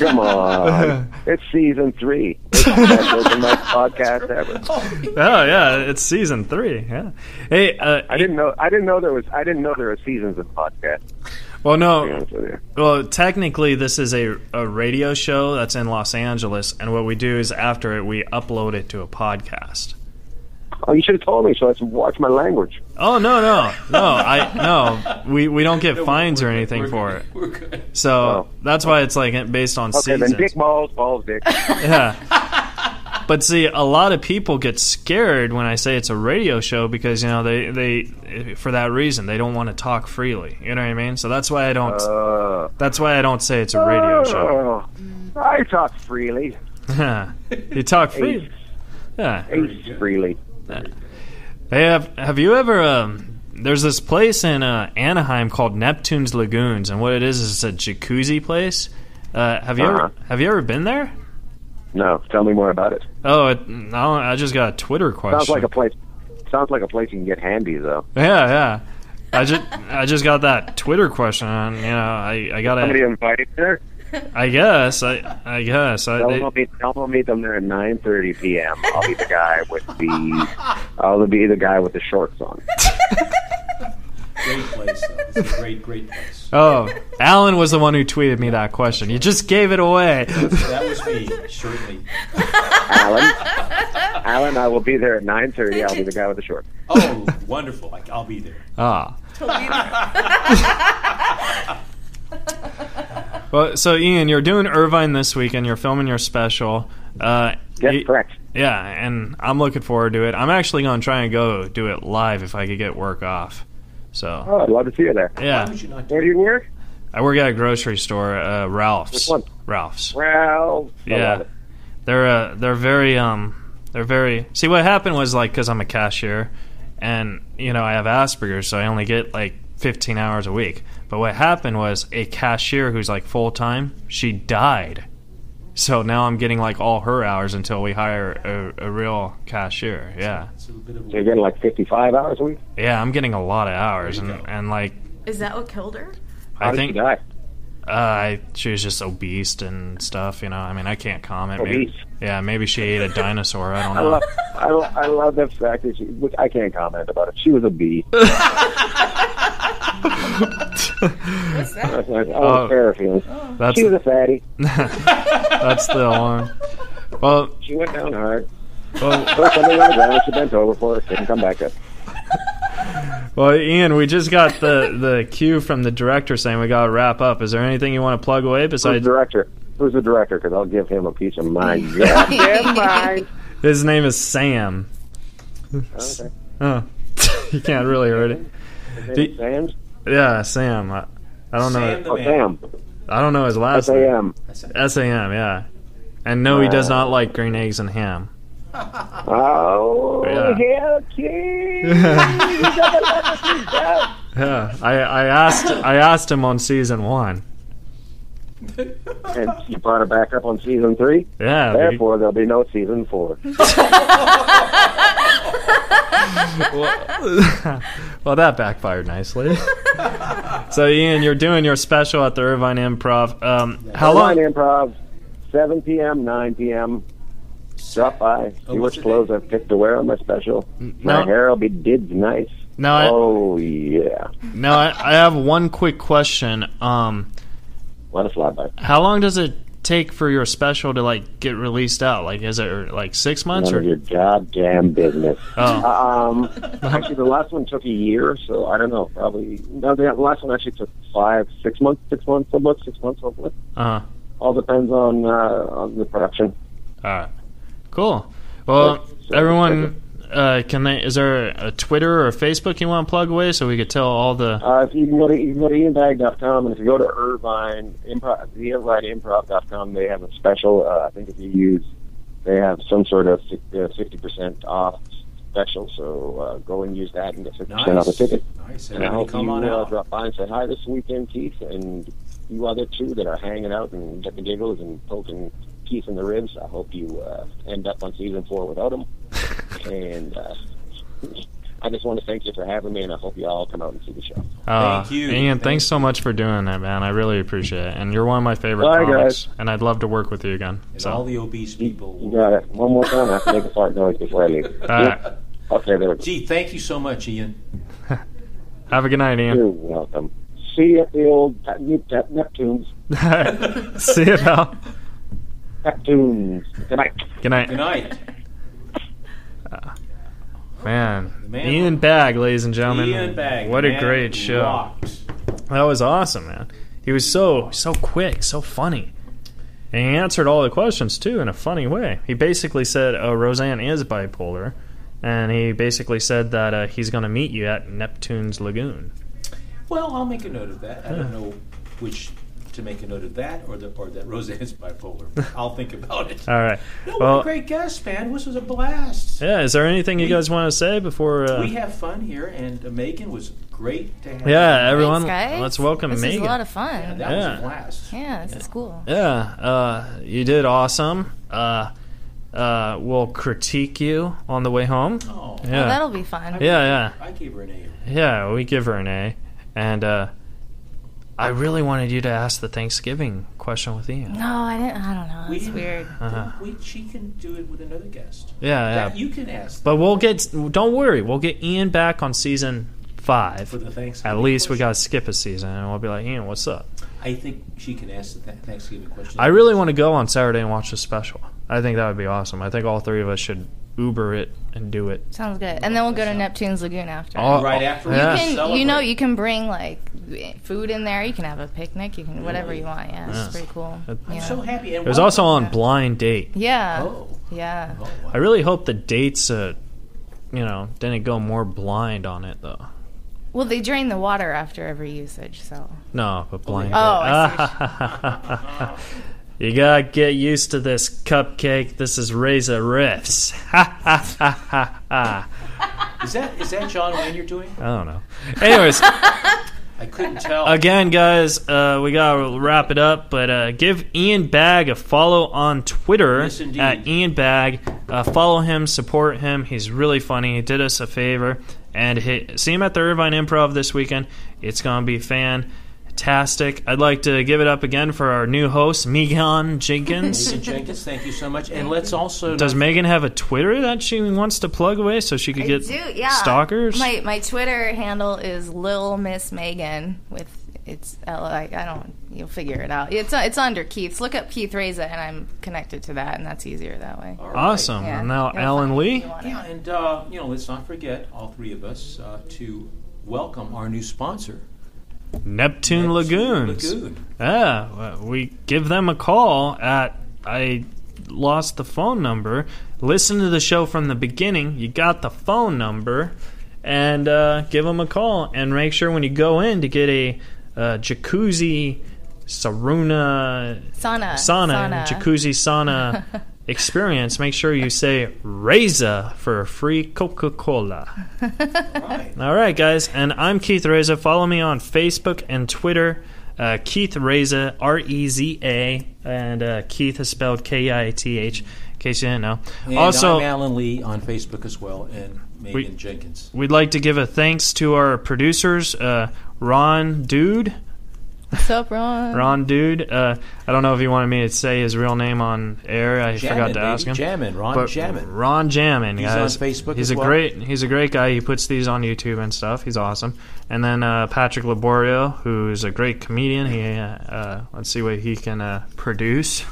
[SPEAKER 6] Come on, it's season three. It's the best open mic podcast ever.
[SPEAKER 3] Oh yeah, it's season three. Yeah. Hey, uh,
[SPEAKER 6] I didn't know. I didn't know there was. I didn't know there were seasons of podcasts.
[SPEAKER 3] well,
[SPEAKER 6] To be
[SPEAKER 3] no,
[SPEAKER 6] honest with you.
[SPEAKER 3] Well, technically, this is a, a radio show that's in Los Angeles, and what we do is after it, we upload it to a podcast.
[SPEAKER 6] Oh, you should have told me so I should watch my language.
[SPEAKER 3] Oh no no no! I no we, we don't get fines or anything for it,
[SPEAKER 4] We're good.
[SPEAKER 3] so that's why it's like based on
[SPEAKER 6] Okay,
[SPEAKER 3] seasons.
[SPEAKER 6] then dick balls, balls, dick.
[SPEAKER 3] yeah. But see, a lot of people get scared when I say it's a radio show because you know they they for that reason they don't want to talk freely. You know what I mean? So that's why I don't. that's why I don't say it's a radio show.
[SPEAKER 6] Uh. Oh, I talk freely.
[SPEAKER 3] you talk freely. Yeah.
[SPEAKER 6] Ace freely.
[SPEAKER 3] Hey, have, have you ever? Um, there's this place in uh, Anaheim called Neptune's Lagoons, and what it is is it's a jacuzzi place. Uh, have you
[SPEAKER 6] Uh-huh.
[SPEAKER 3] ever have you ever been there?
[SPEAKER 6] No, tell me more about it.
[SPEAKER 3] Oh, it, no, I just got a Twitter question.
[SPEAKER 6] Sounds like a place. Sounds like a place you can get handy though.
[SPEAKER 3] yeah, yeah. I just I just got that Twitter question. and, You know, I I got
[SPEAKER 6] Somebody
[SPEAKER 3] to
[SPEAKER 6] invited me there.
[SPEAKER 3] I guess I I guess I,
[SPEAKER 6] Tell
[SPEAKER 3] they-
[SPEAKER 6] them I'll meet, tell them I'll meet them there at 9:30 p.m. I'll be the guy with the. I'll be the guy with the shorts on.
[SPEAKER 4] Great place. Though. It's a great, great place.
[SPEAKER 3] oh Alan was the one who tweeted me that question. You just gave it away.
[SPEAKER 4] That was me, certainly.
[SPEAKER 6] Alan. Alan, I will be there at 9:30. I'll be the guy with the shorts.
[SPEAKER 4] Oh, wonderful! Like I'll be there.
[SPEAKER 3] ah. Well, so Ian, you're doing Irvine this weekend. You're filming your special. Uh,
[SPEAKER 6] That's
[SPEAKER 3] y-
[SPEAKER 6] correct.
[SPEAKER 3] Yeah, and I'm looking forward to it. I'm actually going to try and go do it live if I could get work off. So
[SPEAKER 6] Oh, I'd love to see you there.
[SPEAKER 4] Why
[SPEAKER 3] yeah,
[SPEAKER 4] would you not do
[SPEAKER 6] Where do you work?
[SPEAKER 3] I work at a grocery store, uh, Ralph's.
[SPEAKER 6] Which one?
[SPEAKER 3] Ralph's.
[SPEAKER 6] Well, I love
[SPEAKER 3] Yeah,
[SPEAKER 6] it.
[SPEAKER 3] they're uh, they're very um they're very. See, what happened was like because I'm a cashier, and you know I have Asperger's, so I only get like 15 hours a week. But what happened was a cashier who's like full time, she died. So now I'm getting like all her hours until we hire a, a real cashier. Yeah,
[SPEAKER 4] It's a bit of a
[SPEAKER 6] So you're getting like 55 hours a week?
[SPEAKER 3] yeah, I'm getting a lot of hours, and and like
[SPEAKER 5] Is that what killed her?
[SPEAKER 6] How
[SPEAKER 3] I
[SPEAKER 6] did
[SPEAKER 3] think
[SPEAKER 6] you die?
[SPEAKER 3] Uh, I, she was just obese and stuff, you know. I mean, I can't comment. Maybe,
[SPEAKER 6] Obese.
[SPEAKER 3] yeah, maybe she ate a dinosaur. I don't
[SPEAKER 6] I
[SPEAKER 3] know.
[SPEAKER 6] love, I, lo- I love the fact that she, which I can't comment about it. She was a bee.
[SPEAKER 5] What's that?
[SPEAKER 6] That's nice. I was
[SPEAKER 3] Oh.
[SPEAKER 6] fair feeling.
[SPEAKER 3] That's
[SPEAKER 6] She was a fatty.
[SPEAKER 3] that's the alarm. Well,
[SPEAKER 6] She went down hard.
[SPEAKER 3] well,
[SPEAKER 6] First something on the ground, she bent over for it, didn't come back up.
[SPEAKER 3] well, Ian, we just got the the cue from the director saying we got to wrap up. Is there anything you want to plug away
[SPEAKER 6] Who's the
[SPEAKER 3] besides
[SPEAKER 6] director? Who's the director? Because I'll give him a piece of my goddamn mind.
[SPEAKER 3] his name is Sam?
[SPEAKER 6] Okay.
[SPEAKER 3] Oh, you can't really hurt it. Do-
[SPEAKER 6] Sam's?
[SPEAKER 3] Yeah, Sam. I, I don't
[SPEAKER 4] Sam
[SPEAKER 3] know.
[SPEAKER 4] the
[SPEAKER 6] Oh,
[SPEAKER 4] man.
[SPEAKER 6] Sam. Oh,
[SPEAKER 3] I don't know his last name.
[SPEAKER 6] Sam.
[SPEAKER 4] That's it.
[SPEAKER 3] S A M. Yeah. And no, he does
[SPEAKER 6] Uh,
[SPEAKER 3] not like green eggs and ham.
[SPEAKER 6] Oh,
[SPEAKER 3] Yeah.
[SPEAKER 6] hell, kid.
[SPEAKER 3] Yeah, I, I asked I asked him on season one.
[SPEAKER 6] And you brought her back up on season three.
[SPEAKER 3] Yeah, we-
[SPEAKER 6] Therefore, there'll be no season four.
[SPEAKER 3] well, well, that backfired nicely. so, Ian, you're doing your special at the Irvine Improv. Um, how long?
[SPEAKER 6] Online improv, 7 p.m., 9 p.m. Stop
[SPEAKER 3] Oh,
[SPEAKER 6] by. See
[SPEAKER 4] what's
[SPEAKER 6] which
[SPEAKER 4] the
[SPEAKER 6] clothes
[SPEAKER 4] name?
[SPEAKER 6] I've picked to wear on my special. My
[SPEAKER 3] no.
[SPEAKER 6] hair will be did nice.
[SPEAKER 3] No, I-
[SPEAKER 6] oh, yeah.
[SPEAKER 3] No, I, I have one quick question. Um,
[SPEAKER 6] What a flyby.
[SPEAKER 3] how long does it take for your special to like get released out? Like, is it like six months
[SPEAKER 6] None of
[SPEAKER 3] or?
[SPEAKER 6] your goddamn business.
[SPEAKER 3] Oh,
[SPEAKER 6] Um, actually, the last one took a year, so I don't know. Probably no. The last one actually took five, six months, six months, so much, six months, hopefully.
[SPEAKER 3] uh,
[SPEAKER 6] All depends on uh, on the production.
[SPEAKER 3] All right. Cool. Well, everyone, uh, can they? Is there a Twitter or a Facebook you want to plug away so we could tell all the?
[SPEAKER 6] Uh, if you can go to you can go to ianbag.com and if you go to Irvine Improv the Irvine Improv.com, they have a special. Uh, I think if you use, they have some sort of uh, fifty percent off special. So uh, go and use that and get fifty
[SPEAKER 4] Nice.
[SPEAKER 6] percent off a ticket.
[SPEAKER 4] Nice.
[SPEAKER 6] And I
[SPEAKER 4] Everybody
[SPEAKER 6] hope
[SPEAKER 4] come
[SPEAKER 6] you
[SPEAKER 4] on
[SPEAKER 6] uh,
[SPEAKER 4] out.
[SPEAKER 6] drop by and say hi this weekend, Keith, and you other two that are hanging out and getting giggles and poking Keith in the ribs. I hope you uh, end up on season four without him. and uh, I just want to thank you for having me, and I hope you all come out and see the show.
[SPEAKER 3] Uh,
[SPEAKER 4] Thank you.
[SPEAKER 3] Ian,
[SPEAKER 4] Thank-
[SPEAKER 3] thanks so much for doing that, man. I really appreciate it. And you're one of my favorite
[SPEAKER 6] Bye,
[SPEAKER 3] comics.
[SPEAKER 6] guys.
[SPEAKER 3] And I'd love to work with you again.
[SPEAKER 4] And
[SPEAKER 3] So,
[SPEAKER 4] all the obese people.
[SPEAKER 6] You
[SPEAKER 4] will-
[SPEAKER 6] got it. One more time. I have to make a fart noise before I leave.
[SPEAKER 3] All right.
[SPEAKER 6] Yep. Okay, there we go.
[SPEAKER 4] Gee, thank you so much, Ian.
[SPEAKER 3] have a good night, Ian.
[SPEAKER 6] You're welcome. See you at the old Pat- Nep- Nep- Neptunes.
[SPEAKER 3] See you, pal.
[SPEAKER 6] Neptunes. Good night.
[SPEAKER 3] Good night.
[SPEAKER 4] Good night.
[SPEAKER 3] Man.
[SPEAKER 4] man-
[SPEAKER 3] Ian Bag, ladies and gentlemen.
[SPEAKER 4] Ian Bag.
[SPEAKER 3] What a
[SPEAKER 4] man
[SPEAKER 3] great show.
[SPEAKER 4] rocks.
[SPEAKER 3] That was awesome, man. He was so, so quick, so funny. And he answered all the questions, too, in a funny way. He basically said, oh, Roseanne is bipolar. And he basically said that uh, he's going to meet you at Neptune's Lagoon.
[SPEAKER 4] Well, I'll make a note of that. I don't know which to make a note of that or, the, or that Roseanne's bipolar. I'll think about it.
[SPEAKER 3] All right.
[SPEAKER 4] No, what
[SPEAKER 3] Uh, well,
[SPEAKER 4] a great guest, man. This was a blast.
[SPEAKER 3] Yeah, is there anything you guys want to say before? Uh,
[SPEAKER 4] We have fun here, and uh, Megan was great to have.
[SPEAKER 3] yeah, everyone,
[SPEAKER 5] Thanks, guys.
[SPEAKER 3] let's welcome
[SPEAKER 5] This
[SPEAKER 3] Megan.
[SPEAKER 5] is a lot of
[SPEAKER 4] That
[SPEAKER 5] fun.
[SPEAKER 4] was
[SPEAKER 3] Yeah.
[SPEAKER 4] a blast.
[SPEAKER 5] Yeah, this is cool.
[SPEAKER 3] yeah, uh, you did awesome. Uh, uh, we'll critique you on the way home.
[SPEAKER 4] Oh,
[SPEAKER 3] Yeah,
[SPEAKER 5] That'll be fun.
[SPEAKER 3] yeah,
[SPEAKER 4] I gave her an A.
[SPEAKER 3] yeah, yeah. We give her an A, and uh, I really wanted you to ask the Thanksgiving question with Ian.
[SPEAKER 5] No, I didn't. I don't know.
[SPEAKER 4] We
[SPEAKER 5] It's
[SPEAKER 4] didn't-
[SPEAKER 5] weird.
[SPEAKER 4] We, she can do it with another guest.
[SPEAKER 3] Yeah,
[SPEAKER 4] That
[SPEAKER 3] Uh-huh. yeah.
[SPEAKER 4] you can ask
[SPEAKER 3] But we'll get. Don't worry, we'll get Ian back on season
[SPEAKER 4] for
[SPEAKER 3] five.
[SPEAKER 4] the Thanksgiving.
[SPEAKER 3] At least we
[SPEAKER 4] question.
[SPEAKER 3] gotta skip a season, and we'll be like, Ian, what's up?
[SPEAKER 4] I think she can ask the th- Thanksgiving question.
[SPEAKER 3] I really want to go on Saturday and watch the special. I think that would be awesome. I think all three of us should Uber it and do it.
[SPEAKER 5] Sounds good. And then we'll go to Neptune's Lagoon after.
[SPEAKER 3] All-
[SPEAKER 4] right after.
[SPEAKER 3] Yeah.
[SPEAKER 4] we
[SPEAKER 5] You can- you know, you can bring like food in there. You can have a picnic. You can whatever you want. Yeah,
[SPEAKER 3] Yeah.
[SPEAKER 5] it's pretty cool.
[SPEAKER 3] That-
[SPEAKER 5] Yeah.
[SPEAKER 4] So happy. And
[SPEAKER 3] It was
[SPEAKER 4] what-
[SPEAKER 3] also on Blind Date.
[SPEAKER 5] yeah.
[SPEAKER 4] Oh.
[SPEAKER 5] Yeah.
[SPEAKER 4] Oh, wow.
[SPEAKER 3] I really hope the dates, uh, you know, didn't go more blind on it though.
[SPEAKER 5] Well, they drain the water after every usage, so
[SPEAKER 3] No, but blind.
[SPEAKER 5] Oh,
[SPEAKER 3] Ah.
[SPEAKER 5] I see.
[SPEAKER 3] Date. Ah. You gotta get used to this cupcake. This is Razor Riffs. Ha ha ha ha ha.
[SPEAKER 4] Is that is that John Wayne you're doing?
[SPEAKER 3] I don't know. Anyways.
[SPEAKER 4] I couldn't tell.
[SPEAKER 3] again, guys, uh, we gotta wrap it up. But uh, give Ian Bag a follow on Twitter
[SPEAKER 4] Yes, indeed.
[SPEAKER 3] at Ian Bag. Uh, follow him, support him. He's really funny. He did us a favor, and he, see him at the Irvine Improv this weekend. It's gonna be fantastic. I'd like to give it up again for our new host, Megan Jenkins.
[SPEAKER 4] Megan Jenkins, thank you so much. And let's also
[SPEAKER 3] Does Megan have a Twitter that she wants to plug away so she could get
[SPEAKER 5] I do, yeah.
[SPEAKER 3] stalkers?
[SPEAKER 5] My my Twitter handle is Lil Miss Megan with it's L I I don't you'll figure it out. It's it's under Keith's. Look up Keith Reza and I'm connected to that and that's easier that way.
[SPEAKER 4] All right.
[SPEAKER 3] awesome.
[SPEAKER 5] oh, Yeah.
[SPEAKER 3] And now
[SPEAKER 5] You'll
[SPEAKER 3] Alan
[SPEAKER 5] find it
[SPEAKER 3] Lee.
[SPEAKER 5] if you want it.
[SPEAKER 4] Yeah, and uh, you know, let's not forget all three of us uh, to welcome our new sponsor,
[SPEAKER 3] Neptune Lagoons.
[SPEAKER 4] Lagoon.
[SPEAKER 3] Yeah, well, we give them a call at I lost the phone number. Listen to the show from the beginning. You got the phone number, and uh, give them a call. And make sure when you go in to get a uh, jacuzzi, saruna,
[SPEAKER 5] Sauna.
[SPEAKER 3] sauna,
[SPEAKER 5] Sauna.
[SPEAKER 3] jacuzzi sauna experience, make sure you say Reza for free Coca Cola.
[SPEAKER 4] All right.
[SPEAKER 3] All right, guys, and I'm Keith Reza. Follow me on Facebook and Twitter, uh, Keith Reza, R E Z A, and uh, Keith is spelled K I T H. In case you didn't know.
[SPEAKER 4] And
[SPEAKER 3] also,
[SPEAKER 4] I'm Alan Lee on Facebook as well, and Megan Jenkins.
[SPEAKER 3] we'd like to give a thanks to our producers, uh, Ron Dude.
[SPEAKER 5] What's up, Ron?
[SPEAKER 3] Ron Dude. Uh, I don't know if he wanted me to say his real name on air. I
[SPEAKER 4] Jammin',
[SPEAKER 3] forgot to
[SPEAKER 4] baby,
[SPEAKER 3] ask him.
[SPEAKER 4] Jammin', Ron
[SPEAKER 3] But
[SPEAKER 4] Jammin'.
[SPEAKER 3] Ron Jammin.
[SPEAKER 4] He's
[SPEAKER 3] guys.
[SPEAKER 4] on Facebook
[SPEAKER 3] He's
[SPEAKER 4] as
[SPEAKER 3] a
[SPEAKER 4] well.
[SPEAKER 3] great. He's a great guy. He puts these on YouTube and stuff. He's awesome. And then uh, Patrick Laborio, who's a great comedian. He uh, uh, let's see what he can uh, produce.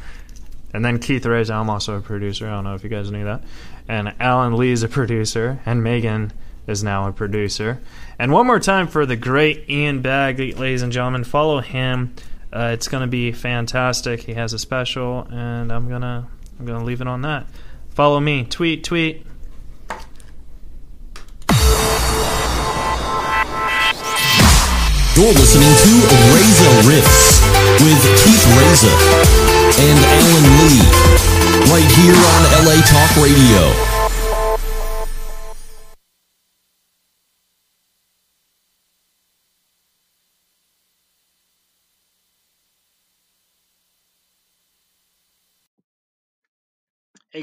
[SPEAKER 3] and then Keith Reza. I'm also a producer. I don't know if you guys knew that. And Alan Lee is a producer. And Megan is now a producer. And one more time for the great Ian Bagg, ladies and gentlemen. Follow him. Uh, it's going to be fantastic. He has a special, and I'm gonna I'm gonna leave it on that. Follow me. Tweet, tweet.
[SPEAKER 2] You're listening to Razor Riffs with Keith Reza and Alan Lee right here on LA Talk Radio.
[SPEAKER 3] Hey